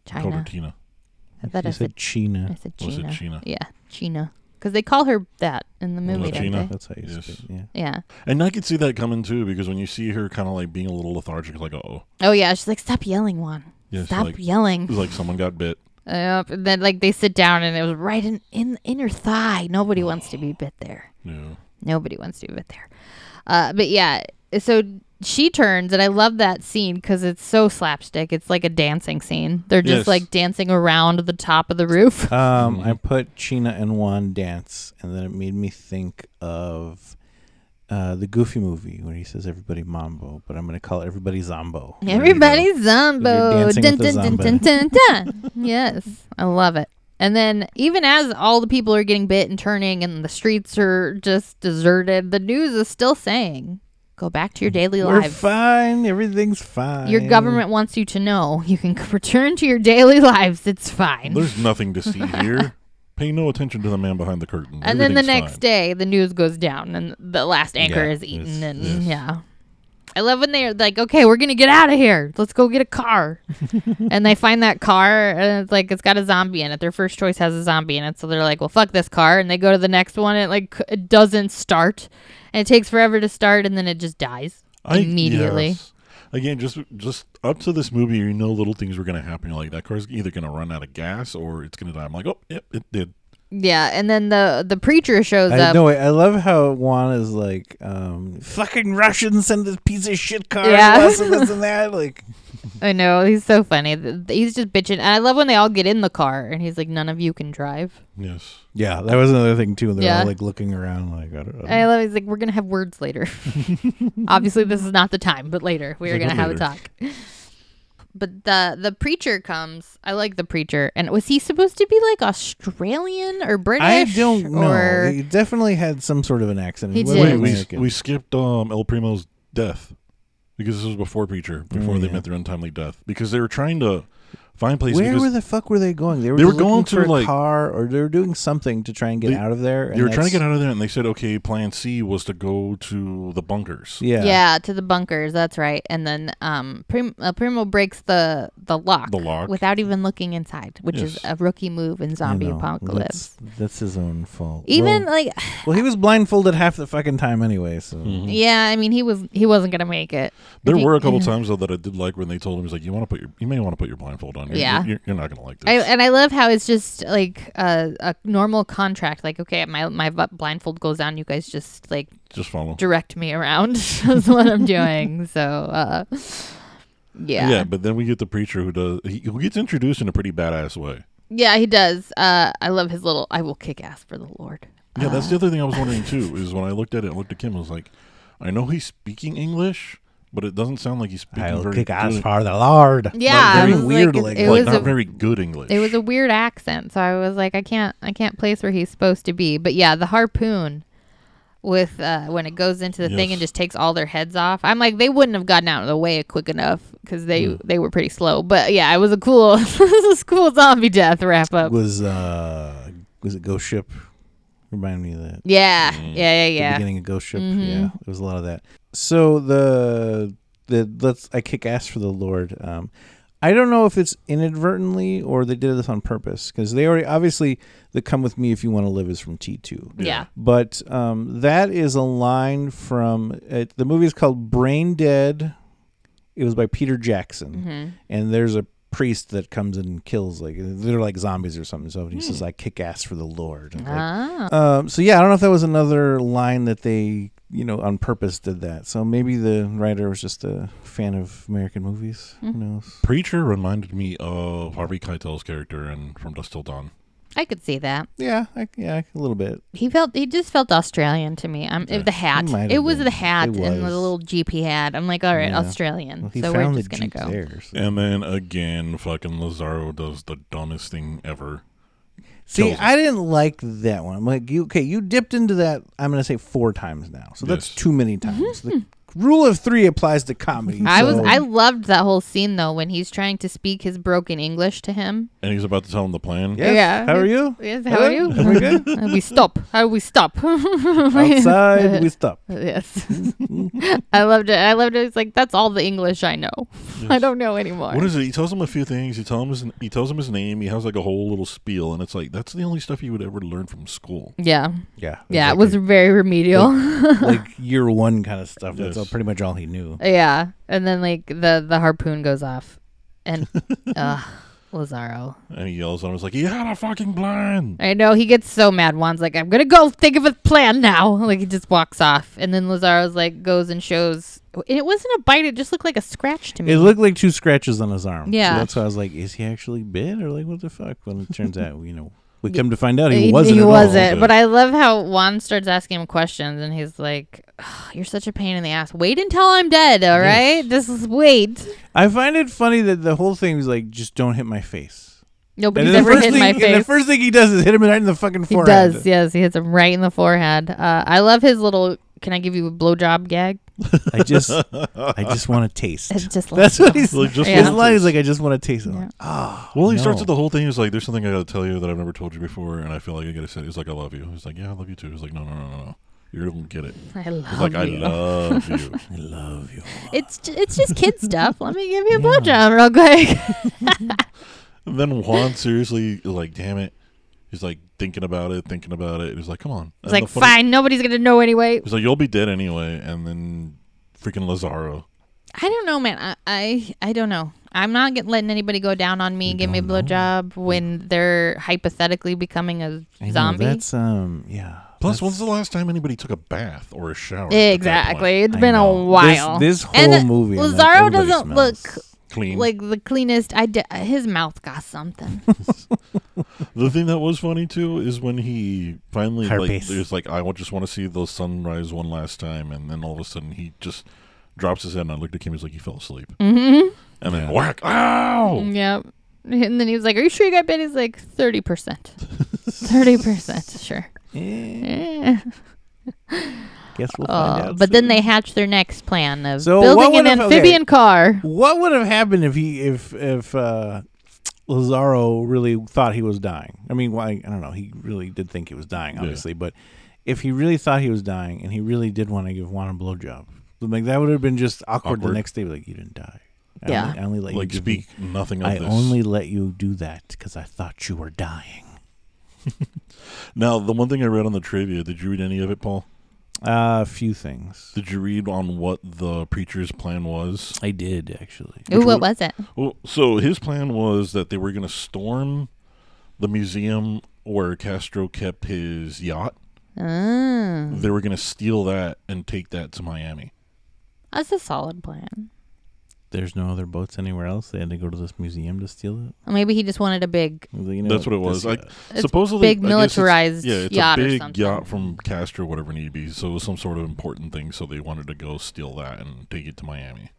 Called her China. Tina. I thought I She said said China. I said Was it China. Chyna? Yeah, China. because they call her that in the movie. don't Latina. they? That's how you Yes. speak. Yeah. Yeah. And I could see that coming too, because when you see her kind of like being a little lethargic, like oh, Oh yeah, she's like, stop yelling, Juan. Yeah, she's stop like- yelling. it's like someone got bit. Yep. And then like they sit down and it was right in in the inner thigh. Nobody wants to be bit there. Yeah, Nobody wants to be bit there. Uh, but yeah, so she turns and I love that scene because it's so slapstick. It's like a dancing scene. They're just Yes. like dancing around the top of the roof. Um, I put Chyna and Juan dance, and then it made me think of uh, the Goofy movie where he says everybody mambo, but I'm going to call it everybody zombo. There you go. Everybody zombo. dancing Dun, with dun, the dun, dun, zombie. dun, dun. yes, I love it. And then, even as all the people are getting bit and turning, and the streets are just deserted, the news is still saying, "Go back to your daily We're lives. fine. Everything's fine. Your government wants you to know you can return to your daily lives. It's fine." there's nothing to see here. Pay no attention to the man behind the curtain. and then the Everything's next fine. day, the news goes down, and the last anchor Yeah, is eaten. it's- And yes. yeah, I love when they're like, "Okay, we're gonna get out of here. Let's go get a car." and they find that car, and it's like it's got a zombie in it. Their first choice has a zombie in it, so they're like, "Well, fuck this car," and they go to the next one. And it like c- it doesn't start, and it takes forever to start, and then it just dies I- immediately. yes. Again, just just up to this movie, you know, little things were going to happen. You're like, that car's either going to run out of gas or it's going to die. I'm like, oh, yep, it did. Yeah, and then the the preacher shows I, up. no, wait, I love how Juan is like, um, fucking Russians send this piece of shit car. Yeah. Yeah. This and this and that. Like, I know he's so funny. Th- He's just bitching, and I love when they all get in the car, and he's like, "None of you can drive." Yes. yeah, that was another thing too. They're Yeah. all like looking around, like, I don't, I don't I love. He's like, we're gonna have words later. Obviously, this is not the time, but later we are Like, gonna "What have a later?" talk. But the the preacher comes. I like the preacher, and was he supposed to be like Australian or I British? don't know. Or he definitely had some sort of an accident. He wasn't did. Wait, we, American. we skipped um, El Primo's death because this was before Preacher, before they Mm, yeah. met their untimely death, because they were trying to find places. Where because were the fuck were they going? They were looking going for to, a like- car, or they were doing something to try and get They- out of there. they were trying to get out of there, and they said, okay, plan C was to go to the bunkers. Yeah, yeah. to the bunkers. That's right. And then um, Prim- uh, Primo breaks the the lock, The lock. without even looking inside, which is Yes. a rookie move in I zombie know. apocalypse. That's, that's his own fault. Even well, like, well, he was blindfolded half the fucking time anyway. So Hmm. yeah, I mean, he was he wasn't gonna make it. There If mm-hmm. you- were a couple times though that I did like when they told him, "He's like, you want to put your, you may want to put your blindfold on. You're, Yeah. you're, you're not going to like I, this." and I love how it's just like a, a normal contract. Like, okay, my my bu- blindfold goes on. You guys just like Just follow. direct me around. That's what I'm doing. So, uh, yeah. yeah, but then we get the preacher who does he, who gets introduced in a pretty badass way. he does. Uh, I love his little. I will kick ass for the Lord. Yeah, that's Oh. the other thing I was wondering too. Is when I looked at it, I looked at Kim. I was like, I know he's speaking English, but it doesn't sound like he's speaking I'll very kick good, ass for the Lord. Yeah, very I was weird, Like, like, it, it like was not a, very good English. it was a weird accent. So I was like, I can't I can't place where he's supposed to be. But yeah, the harpoon with uh, when it goes into the thing and Yes. just takes all their heads off. I'm like, they wouldn't have gotten out of the way quick enough because they they were pretty slow. But yeah, it was a cool this is a cool zombie death wrap up. Was uh, was it Ghost Ship? Remind me of that. Yeah, yeah, yeah, the yeah. Mm-hmm. beginning of Ghost Ship. Yeah, it was a lot of that. So the the let's I kick ass for the Lord. Um, I don't know if it's inadvertently or they did this on purpose because they already obviously the "Come with me if you want to live" is from T two. Yeah. But um, that is a line from it, the movie is called Brain Dead. It was by Peter Jackson, Mm-hmm. and there's a priest that comes and kills like they're like zombies or something. So he Hmm. says, "I kick ass for the Lord." And, like, Ah, um, so yeah, I don't know if that was another line that they, you know, on purpose did that. So maybe the writer was just a fan of American movies. Mm-hmm. Who knows? Preacher reminded me of Harvey Keitel's character in From Dust Till Dawn. I could see that. Yeah, I, yeah, a little bit. He felt he just felt Australian to me. I'm the hat. He might have It was been. the hat It and the was. little GP hat. I'm like, all right, Yeah. Australian. Well, he so we're found just the gonna jeep go. there. so- And then again, fucking Lazaro does the dumbest thing ever. See, Kills him. I didn't like that one. I'm like, you, okay, you dipped into that. I'm gonna say four times now, so that's Yes. too many times. the rule of three applies to comedy. Mm-hmm. I was so- I loved that whole scene though when he's trying to speak his broken English to him. And he's about to tell him the plan. Yes, Yeah. How are you? Yes, how are Hello? you? we good? Uh, we stop. How we stop? Outside, we stop. yes. I loved it. I loved it. It's like that's all the English I know. I don't know anymore. What is it? He tells him a few things. He tells him his he tells him his name. He has like a whole little spiel, and it's like that's the only stuff you would ever learn from school. yeah. Yeah. Yeah, it was very remedial. like, like year one kind of stuff. That's Yes. all, pretty much all he knew. yeah. And then like the the harpoon goes off and uh Lazaro. And he yells at him. He's like, "He had a fucking plan." I know he gets so mad. Juan's like, "I'm gonna go think of a plan now." Like he just walks off, and then Lazaro's like goes and shows. And it wasn't a bite; it just looked like a scratch to me. It looked like two scratches on his arm. So Mm-hmm. Yeah. that's why I was like, is he actually bit or like what the fuck? When it turns out, you know, we come to find out He- he wasn't. He at all. wasn't. but- But I love how Juan starts asking him questions, and he's like, "Ugh, "You're such a pain in the ass. Wait until I'm dead. All right, just wait. I find it funny that the whole thing was like, just don't hit my face. Nobody's then the ever first hit thing, my and the face." first thing he does is hit him right in the fucking He forehead. does. Yes, he hits him right in the forehead. Uh, I love his little. Can I give you a blowjob gag? I just, I just want to taste. It's just like- That's what he's Like, just Yeah. His one line is taste. like, I just want to taste it. I'm like, Well, he starts No. with the whole thing. He's like, "There's something I got to tell you that I've never told you before, and I feel like I got to say." it." He's like, "I love you." He's like, "Yeah, I love you too." He's like, "No, no, no, no, no. You're gonna get it." I love He's like, "I you. love you." I love you. It's ju- it's just kid stuff. Let me give you a blowjob real quick. And then Juan seriously is like, "Damn it." He's like thinking about it, thinking about it. He's like, "Come on." It's And like the funny- fine, nobody's gonna know anyway. He's like, "You'll be dead anyway." And then freaking Lazaro. I don't know, man. I I, I don't know. I'm not get, letting anybody go down on me and give me a blowjob when they're hypothetically becoming a I know, zombie. that's um, yeah. Plus, That's- when's the last time anybody took a bath or a shower? at that point? exactly. It's I been a know. This- while. this and, whole uh, movie, I'm like, Lazaro everybody doesn't smells. Clean. look like the cleanest. I d- his mouth got something. the thing that was funny too is when he finally like, Herpes. there's like, I wa- just want to see the sunrise one last time, and then all of a sudden he just drops his head, and I looked at Kim. He's like, he fell asleep, mm-hmm. and then whack, ow! Yep. And then he was like, "Are you sure you got bit?" He's like, 30 percent, thirty percent, sure." Eh, Eh. guess we'll find Oh, out. but then soon. they hatch their next plan of So what building would an have- okay. amphibian car. What would have happened if he if if uh, Lazaro really thought he was dying? I mean, why? I don't know. He really did think he was dying, obviously. But if he really thought he was dying and he really did want to give Juan a blowjob, then, like that would have been just awkward, the Awkward. next day. Like you didn't die. I Yeah. Only, I only let Like you give me- speak nothing of I this. only let you do that because I thought you were dying. now, the one thing I read on the trivia, did you read any of it, Paul? A few things. Did you read on what the preacher's plan was? I did actually. Ooh, Which what one- was it? Well, so his plan was that they were going to storm the museum where Castro kept his yacht. Oh, They were going to steal that and take that to Miami. that's a solid plan. There's no other boats anywhere else. They had to go to this museum to steal it. Or Maybe he just wanted a big. You know, That's what it was. this- uh, Like supposedly big I guess it's- militarized yeah, it's yacht or a big something. yacht from Castro, whatever it need be. So it was some sort of important thing. So they wanted to go steal that and take it to Miami.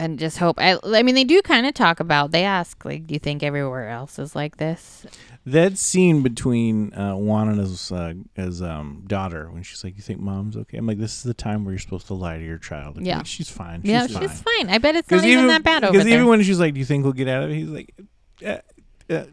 And just hope. I, I mean, they do kind of talk about. They ask, like, do you think everywhere else is like this? That scene between uh, Juan and his uh, his um, daughter, when she's like, "You think mom's okay?" I'm like, "This is the time where you're supposed to lie to your child." Like, Yeah. like, she's fine. She's yeah, fine. she's fine. I bet it's not even, that bad over Because there. even when she's like, "Do you think we'll get out of it?" He's like, uh, uh,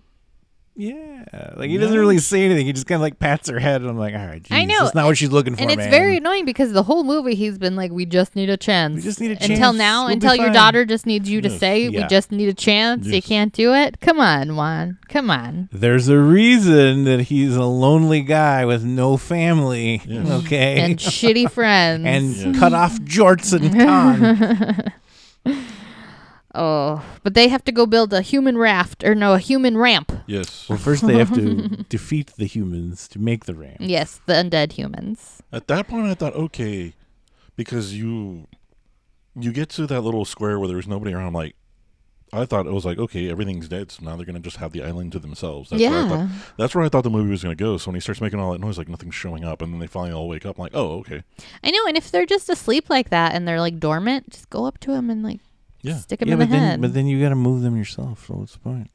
"Yeah." Like he doesn't really say anything. He just kind of like pats her head, and I'm like, "All right, I geez, know, That's not what she's looking for, and it's man." very annoying because the whole movie he's been like, we just need a chance. We just need a Until chance. now, We'll be until your fine. daughter just needs you to say, Yeah. we just need a chance. You Yes. can't do it. Come on, Juan. Come on. There's a reason that he's a lonely guy with no family. Yes. Okay. And shitty friends. And Yes. cut off jorts and con. Oh, but they have to go build a human raft or no, a human ramp. Yes. well, first they have to defeat the humans to make the ramp. Yes, the undead humans. At that point, I thought, okay, because you you get to that little square where there's nobody around. I'm like, I thought it was like, okay, everything's dead, so now they're gonna just have the island to themselves. That's Where I Yeah. thought, that's where I thought the movie was gonna go. So when he starts making all that noise, like nothing's showing up, and then they finally all wake up. I'm like, oh, okay, I know, and if they're just asleep like that and they're like dormant, just go up to them and like Yeah. stick them yeah, in but the then head. but then you got to move them yourself. So what's the point?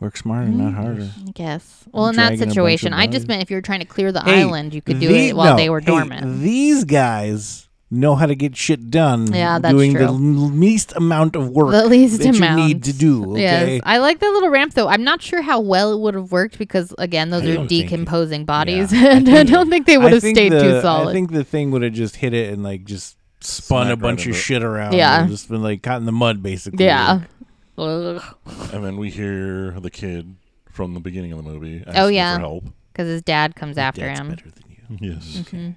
Work smarter, not Mm. harder. I guess. Well, in dragging that a bunch of situation, I just bodies. meant if you were trying to clear the Hey, island, you could do The- it while no, they were hey, dormant. these guys know how to get shit done. Yeah, that's doing the true. least amount of work the least that amount you need to do. Okay, Yes, I like that little ramp though. I'm not sure how well it would have worked because again, those I are don't think- decomposing bodies, Yeah, I and I think- don't think they I would have think stayed the, too I solid. think the thing would have just hit it and like just spun Smack a bunch right of into it. shit around. Yeah. and just been like caught in the mud basically. yeah. Because And then we hear the kid from the beginning of the movie asking Oh, yeah. for help. his dad comes after That's him, Hmm. better than you. Yes. Mm-hmm.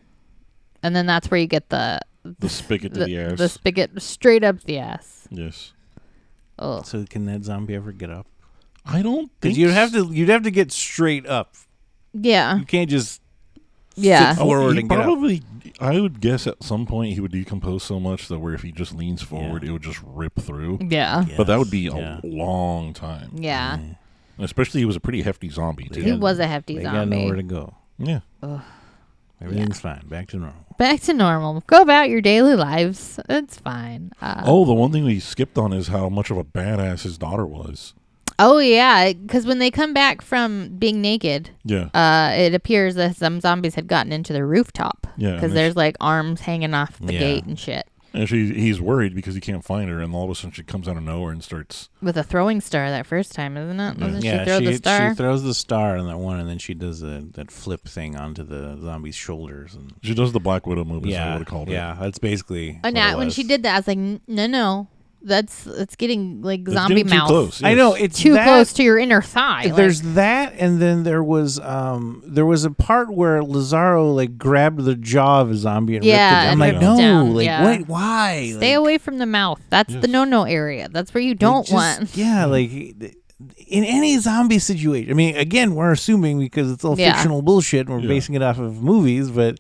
and then that's where you get the The spigot to the, the, ass. the spigot straight up the ass. yes. Oh, So can that zombie ever get up? I don't think Because you'd have s- to you'd have to get straight up. yeah, You can't just yeah. Oh, sit forward he and get up. probably, I would guess at some point he would decompose so much that where if he just leans forward, it would just rip through. Yeah. But that would be a Yeah. long time. Yeah. And Especially he was a pretty hefty zombie, too. He was a hefty They got zombie. nowhere to go. Yeah. Everything's fine. Back to normal. Back to normal. Go about your daily lives. It's fine. Uh, Oh, the one thing we skipped on is how much of a badass his daughter was. oh yeah, because when they come back from being naked, Yeah. uh, it appears that some zombies had gotten into the rooftop. Yeah, and Because they- there's like arms hanging off the Yeah. gate and shit and she, he's worried because he can't find her, and all of a sudden she comes out of nowhere and starts with a throwing star that first time, isn't it? Doesn't she throw the she star? throws the star on that one, and then she does a, that flip thing onto the zombie's shoulders. And She does the Black Widow movie. Yeah, I yeah, would have called yeah, that's basically. and what it that, Oh, when she was. did that, I was like, "N- no, no, that's it's getting like it. zombie It's getting mouth. Too close. I yes. know it's Too that- close to your inner thigh. like- There's that, and then there was um there was a part where Lazaro like grabbed the jaw of a zombie and Yeah, ripped it. down. and I'm like, ripped it no, down, like yeah. what? Why? Stay away from the mouth. That's the no-no area. That's where you don't want. Yeah, like in any zombie situation. I mean, again, we're assuming because it's all Yeah. fictional bullshit, and we're Yeah. basing it off of movies, but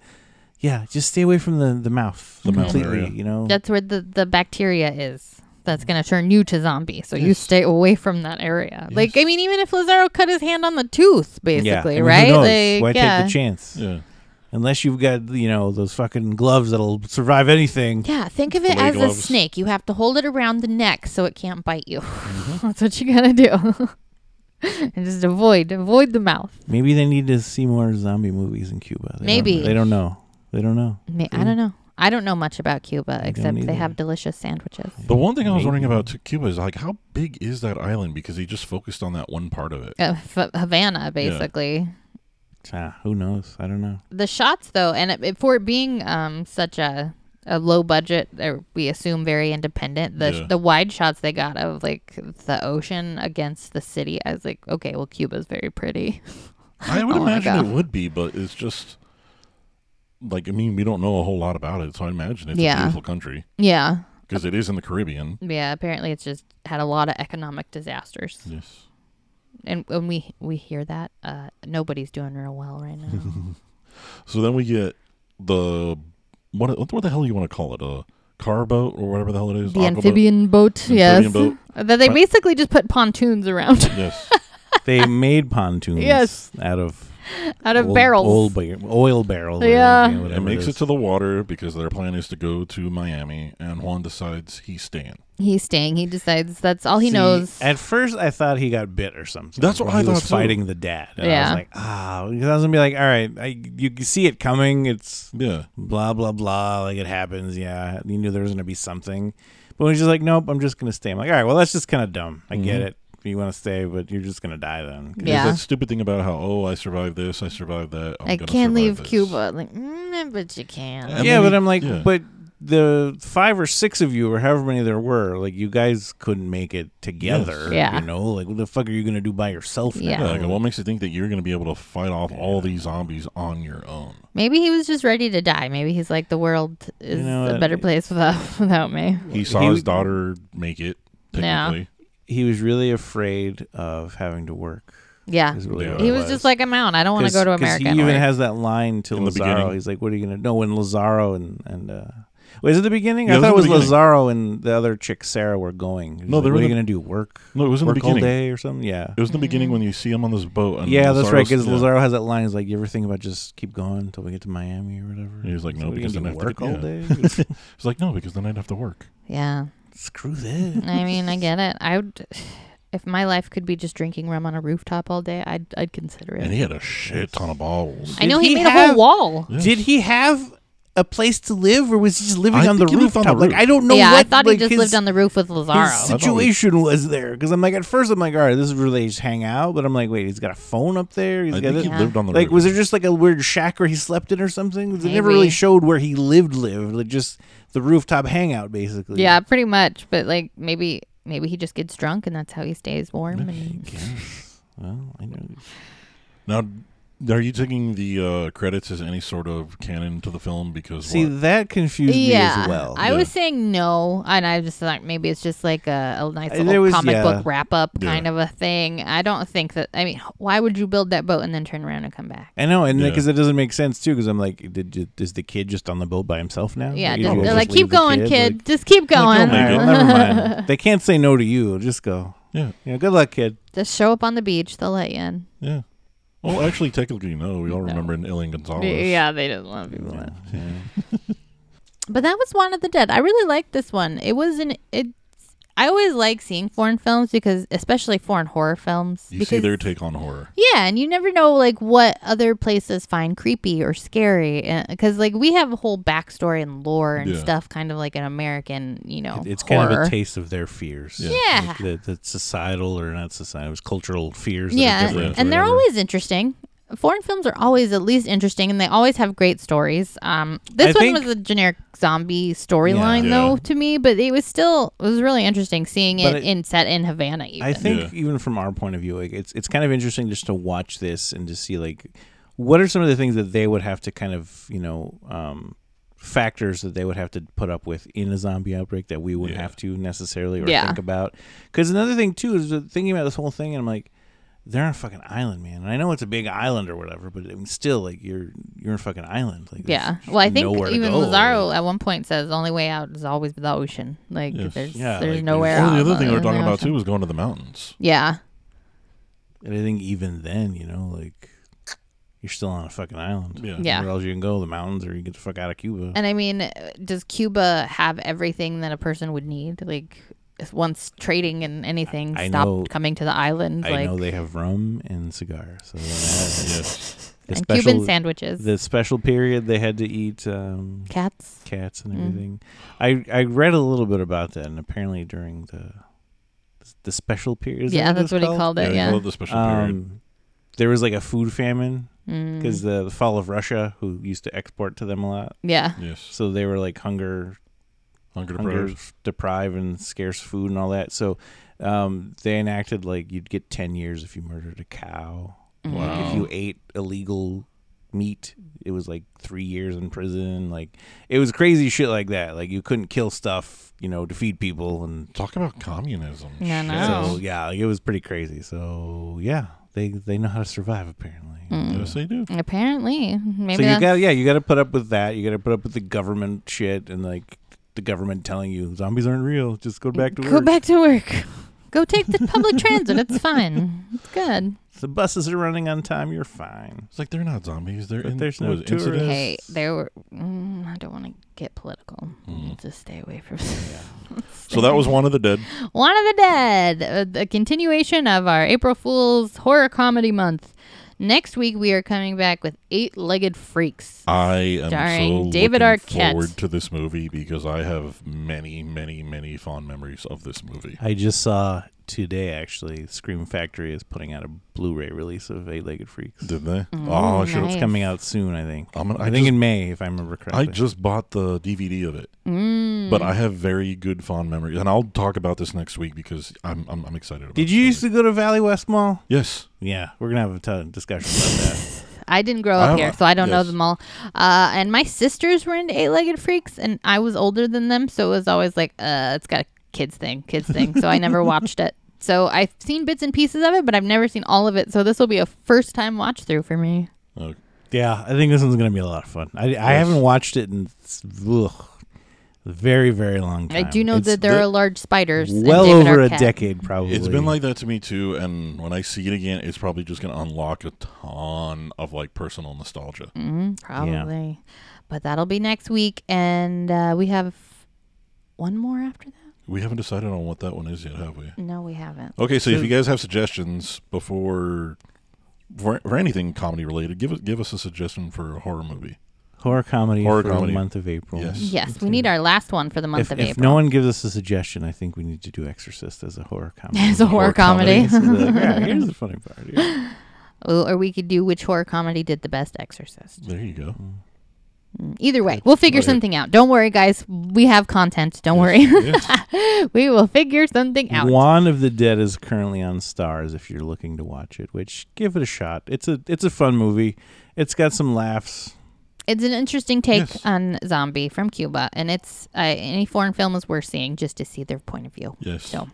yeah, just stay away from the the mouth mouth completely. area. you know, That's where the, the bacteria is. That's gonna turn you to zombie. So you stay away from that area. Like I mean, even if Lazaro cut his hand on the tooth, basically, I mean, who right? knows? Like Why yeah. take the chance? Yeah. Unless you've got you know those fucking gloves that'll survive anything. Yeah, think of it Filet as a gloves. snake. You have to hold it around the neck so it can't bite you. Mm-hmm. That's what you gotta do. and just avoid, avoid the mouth. Maybe they need to see more zombie movies in Cuba. They don't- Maybe. they don't know. They don't know. I, mean, I don't know. I don't know much about Cuba except either. they have delicious sandwiches. The one thing I was wondering about to Cuba is like, how big is that island? Because he just focused on that one part of it. Uh, F- Havana, basically. Ah, who knows? I don't know. The shots, though, and it, it- for it being um, such a a low budget, or we assume very independent, the Yeah. the wide shots they got of like the ocean against the city, I was like, okay, well, Cuba's very pretty. I would Oh my imagine it God. would be, but it's just like I mean, we don't know a whole lot about it, so I imagine it's Yeah. a beautiful country yeah, because it is in the Caribbean. Yeah, apparently it's just had a lot of economic disasters, Yes. and when we we hear that, uh, nobody's doing real well right now. So then we get the what? What, the hell you want to call it? A car boat or whatever the hell it is. the Aquaboat? amphibian boat, yes, Amphibian boat. that they But- basically just put pontoons around Yes. They made pontoons Yes. out of out of old- barrels. old ba- oil barrels. or, Yeah. you know, it whatever makes is. it to the water because their plan is to go to Miami, and Juan decides he's staying. He's staying. He decides that's all he See, knows. At first, I thought he got bit or something. That's what when I he was thought, too. Fighting the dad. And I Yeah. was like, ah, because I was gonna be like, all right, I, you can see it coming. It's Yeah. blah blah blah. Like it happens. Yeah, you knew there was gonna be something, but when she's like, nope, I'm just gonna stay. I'm like, all right, well, that's just kind of dumb. I Mm-hmm. get it. You want to stay, but you're just gonna die then. 'Cause Yeah. There's that stupid thing about how oh I survived this, I survived that. I'm I gonna can't survive leave this. Cuba. Like, mm, but you can. Yeah. And yeah, then but he- I'm like, yeah. but the five or six of you, or however many there were, like you guys couldn't make it together. Yeah. you know, like what the fuck are you gonna do by yourself? now? Yeah. Yeah, like, what makes you think that you're going to be able to fight off all these zombies on your own? Maybe he was just ready to die. Maybe he's like, the world is know a what? better place without without me. He saw He- his daughter make it. Yeah. Technically, He was really afraid of having to work. Yeah, Is really what Yeah. he it was just like, I'm out. I don't want to go to 'cause America. He anymore." even has that line to In the Lazaro. beginning. He's like, "What are you gonna know when Lazaro and and uh, was it the beginning? Yeah, I it thought it was was in the beginning. Lazaro and the other chick Sarah were going. He's No, like, they were what are you the- gonna do? Work? no, it was in the Work all beginning. day or something? Yeah. It was in Mm-hmm. the beginning when you see him on this boat. And Yeah, that's right. Lazaro's- Because Lazaro has that line. He's like, "You ever think about just keep going until we get to Miami or whatever?" He's like, So no, what are you because gonna then I do, have to work get- all yeah. day. It's- He's like, no, because then I'd have to work. yeah. Screw that. I mean, I get it. I would, if my life could be just drinking rum on a rooftop all day, I'd I'd consider And it. he had a shit ton of bottles. I know Did he, he made a have- whole wall. Yes. Did he have a place to live, or was he just living I on the think he lived on rooftop? the Like roof. I don't know. yeah, what, I thought like, he just his- lived on the roof with Lazaro. His situation was there because I'm like at first I'm like all right this is where they just hang out but I'm like wait he's got a phone up there he's I got think this. he lived on the like roof. was there just like a weird shack where he slept in or something 'Cause it never really Maybe. showed where he lived lived like just the rooftop hangout basically Yeah, pretty much. But like maybe maybe he just gets drunk and that's how he stays warm. And well I know Now, are you taking the uh, credits as any sort of canon to the film? Because see what? that confused me yeah, as well I Yeah. was saying no, and I just thought maybe it's just like a, a nice Uh, little there was- comic yeah. book wrap up Yeah. kind of a thing. I don't think that. I mean, why would you build that boat and then turn around and come back? I know and Yeah. because it doesn't make sense too because I'm like did, did is the kid just on the boat by himself now Yeah, Like, just, you they're just like, leave keep the going, kid. Like, just keep "Like, going. you'll make it. never mind they can't say no to you just go yeah, you know good luck kid just show up on the beach. They'll let you in. yeah. Well, actually, technically, no. We all remember in Ilian Gonzalez. Yeah, they didn't want people. in. yeah. But that was One of the Dead. I really liked this one. It was an it. I always like seeing foreign films because, especially foreign horror films. You because, see their take on horror. yeah, and you never know like what other places find creepy or scary because like we have a whole backstory and lore and Yeah. stuff, kind of like an American, you know, it's horror. kind of a taste of their fears. Yeah. Like the, the societal or not societal, it was cultural fears. that are yeah, different or and they're whatever. always interesting. Foreign films are always at least interesting, and they always have great stories. Um, this I one think- was a generic zombie storyline, Yeah. though, Yeah. to me. But it was still it was really interesting seeing it, But it- in set in Havana. Even. I think even from our point of view, like it's it's kind of interesting just to watch this and to see like what are some of the things that they would have to kind of you know um, factors that they would have to put up with in a zombie outbreak that we wouldn't Yeah. have to necessarily or Yeah. think about. Because another thing too is that thinking about this whole thing, and I'm like. They're on a fucking island, man. And I know it's a big island or whatever, but I mean, still, like you're you're on a fucking island. Like, Yeah. there's Well, I think nowhere to even go. Lazaro at one point says the only way out is always the ocean. Like Yes. there's Yeah, there's like, nowhere Well, out. the other thing we were other than talking the about too ocean. was going to the mountains. Yeah. And I think even then, you know, like you're still on a fucking island. Yeah. Yeah. Where else you can go? The mountains, or you get the fuck out of Cuba. And I mean, uh, does Cuba have everything that a person would need? Like if once trading and anything I- I stopped know- coming to the island I like know they have rum and cigars. So Yes. the and special, Cuban sandwiches. the special period they had to eat um, Cats. cats and Mm. everything. I I read a little bit about that, and apparently during the the special period. is that yeah, that's it's what he called it. they Yeah. call it the special period. Um, there was like a food famine Mm. because the, the fall of Russia, who used to export to them a lot, yeah. Yes. so they were like hunger Hunger hunger deprived. deprived and scarce food and all that. So um, they enacted like you'd get ten years if you murdered a cow. Mm. Wow. If you ate illegal meat, it was like three years in prison. Like it was crazy shit like that. Like you couldn't kill stuff, you know, to feed people and Talk about communism. Yeah, I Shit. know. so yeah, like, it was pretty crazy. So yeah, they they know how to survive apparently. Mm. Yes, they do. Apparently. Maybe so you that's- got yeah, you got to put up with that. You got to put up with the government shit and like the government telling you zombies aren't real. Just go back to Go work. back to work. Go take the public transit. It's fine. It's good. The buses are running on time. You're fine. It's like they're not zombies. They're But in, there's no was it incidents. tourists. Hey, there were. Mm, I don't want to get political. We'll Just stay away from. So that was one of the dead. One of the Dead, uh, the continuation of our April Fool's horror comedy month. Next week we are coming back with Eight-Legged Freaks. I am Starring so David looking Arquette. forward to this movie because I have many, many, many fond memories of this movie. I just saw today actually Scream Factory is putting out a Blu-ray release of Eight Legged Freaks. Did they? Mm. Mm, oh, I nice. should have. It's coming out soon, I think. I'm gonna- I, I think just- in May, if I remember correctly. I just bought the DVD of it, Mm. but I have very good fond memories, and I'll talk about this next week because I'm I'm, I'm excited about. Did this you used movie. to go to Valley West Mall? Yes. Yeah, we're gonna have a ton of discussion about that. I didn't grow I up Oh, have here, a- so I don't know yes. them all. Uh, and my sisters were into Eight-Legged Freaks, and I was older than them, so it was always like, uh, it's got a kids thing, kids thing. so I never watched it. So I've seen bits and pieces of it, but I've never seen all of it. So this will be a first-time watch through for me. Uh, yeah, I think this one's gonna be a lot of fun. I, I haven't watched it in ugh, very very long I time. do know It's that there the- are large spiders. in well David over a Arquette. decade probably. it's been like that to me too, and when I see it again, it's probably just going to unlock a ton of like personal nostalgia. Mm, probably. But that'll be next week. And uh, we have one more after that? We haven't decided on what that one is yet, have we? No, we haven't. Okay, so if you guys have suggestions before for, for anything comedy related, give us give us a suggestion for a horror movie. Horror comedy Horror for the comedy. month of April. Yes. Yes, we need our last one for the month If, of if April. no one gives us a suggestion, I think we need to do Exorcist as a horror comedy. As a horror comedy. So we're like, "Yeah, here's the funny part. Yeah. Oh, or we could do which horror comedy did the best Exorcist. There you go. Either way, we'll figure Right. something out. Don't worry, guys. We have content. Don't Yes. worry. we will figure something out. One of the Dead is currently on Stars if you're looking to watch it, which give it a shot. It's a it's a fun movie. It's got some laughs. It's an interesting take Yes. on zombie from Cuba, and it's uh, any foreign film is worth seeing just to see their point of view. Yes. So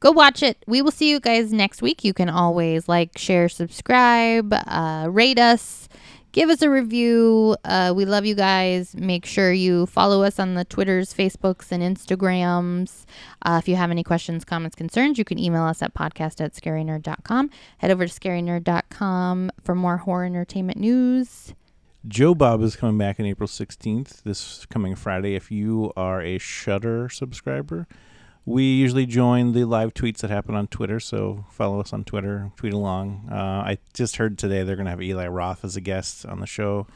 go watch it. We will see you guys next week. You can always like, share, subscribe, uh, rate us, give us a review. Uh, we love you guys. Make sure you follow us on the Twitters, Facebooks, and Instagrams. Uh, if you have any questions, comments, concerns, you can email us at podcast at scarynerd.com. Head over to scarynerd.com for more horror entertainment news. Joe Bob is coming back on April 16th, this coming Friday. If you are a Shutter subscriber, we usually join the live tweets that happen on Twitter. So follow us on Twitter, tweet along. Uh, I just heard today they're going to have Eli Roth as a guest on the show.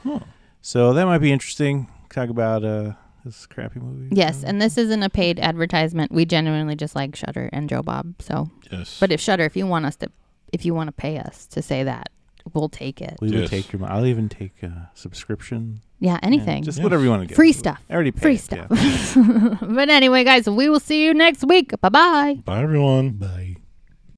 So that might be interesting. Talk about uh, this crappy movie. Yes, and this isn't a paid advertisement. We genuinely just like Shutter and Joe Bob. So, Yes. but if Shutter, if you want us to, if you want to pay us to say that, we'll take it. We will Yes. take your. mo- I'll even take a subscription. Yeah, Yeah, anything. just Yes. whatever you want to get. Free stuff. I already paid Free it, yeah. stuff. but anyway, guys, we will see you next week. Bye bye. Bye, everyone. Bye.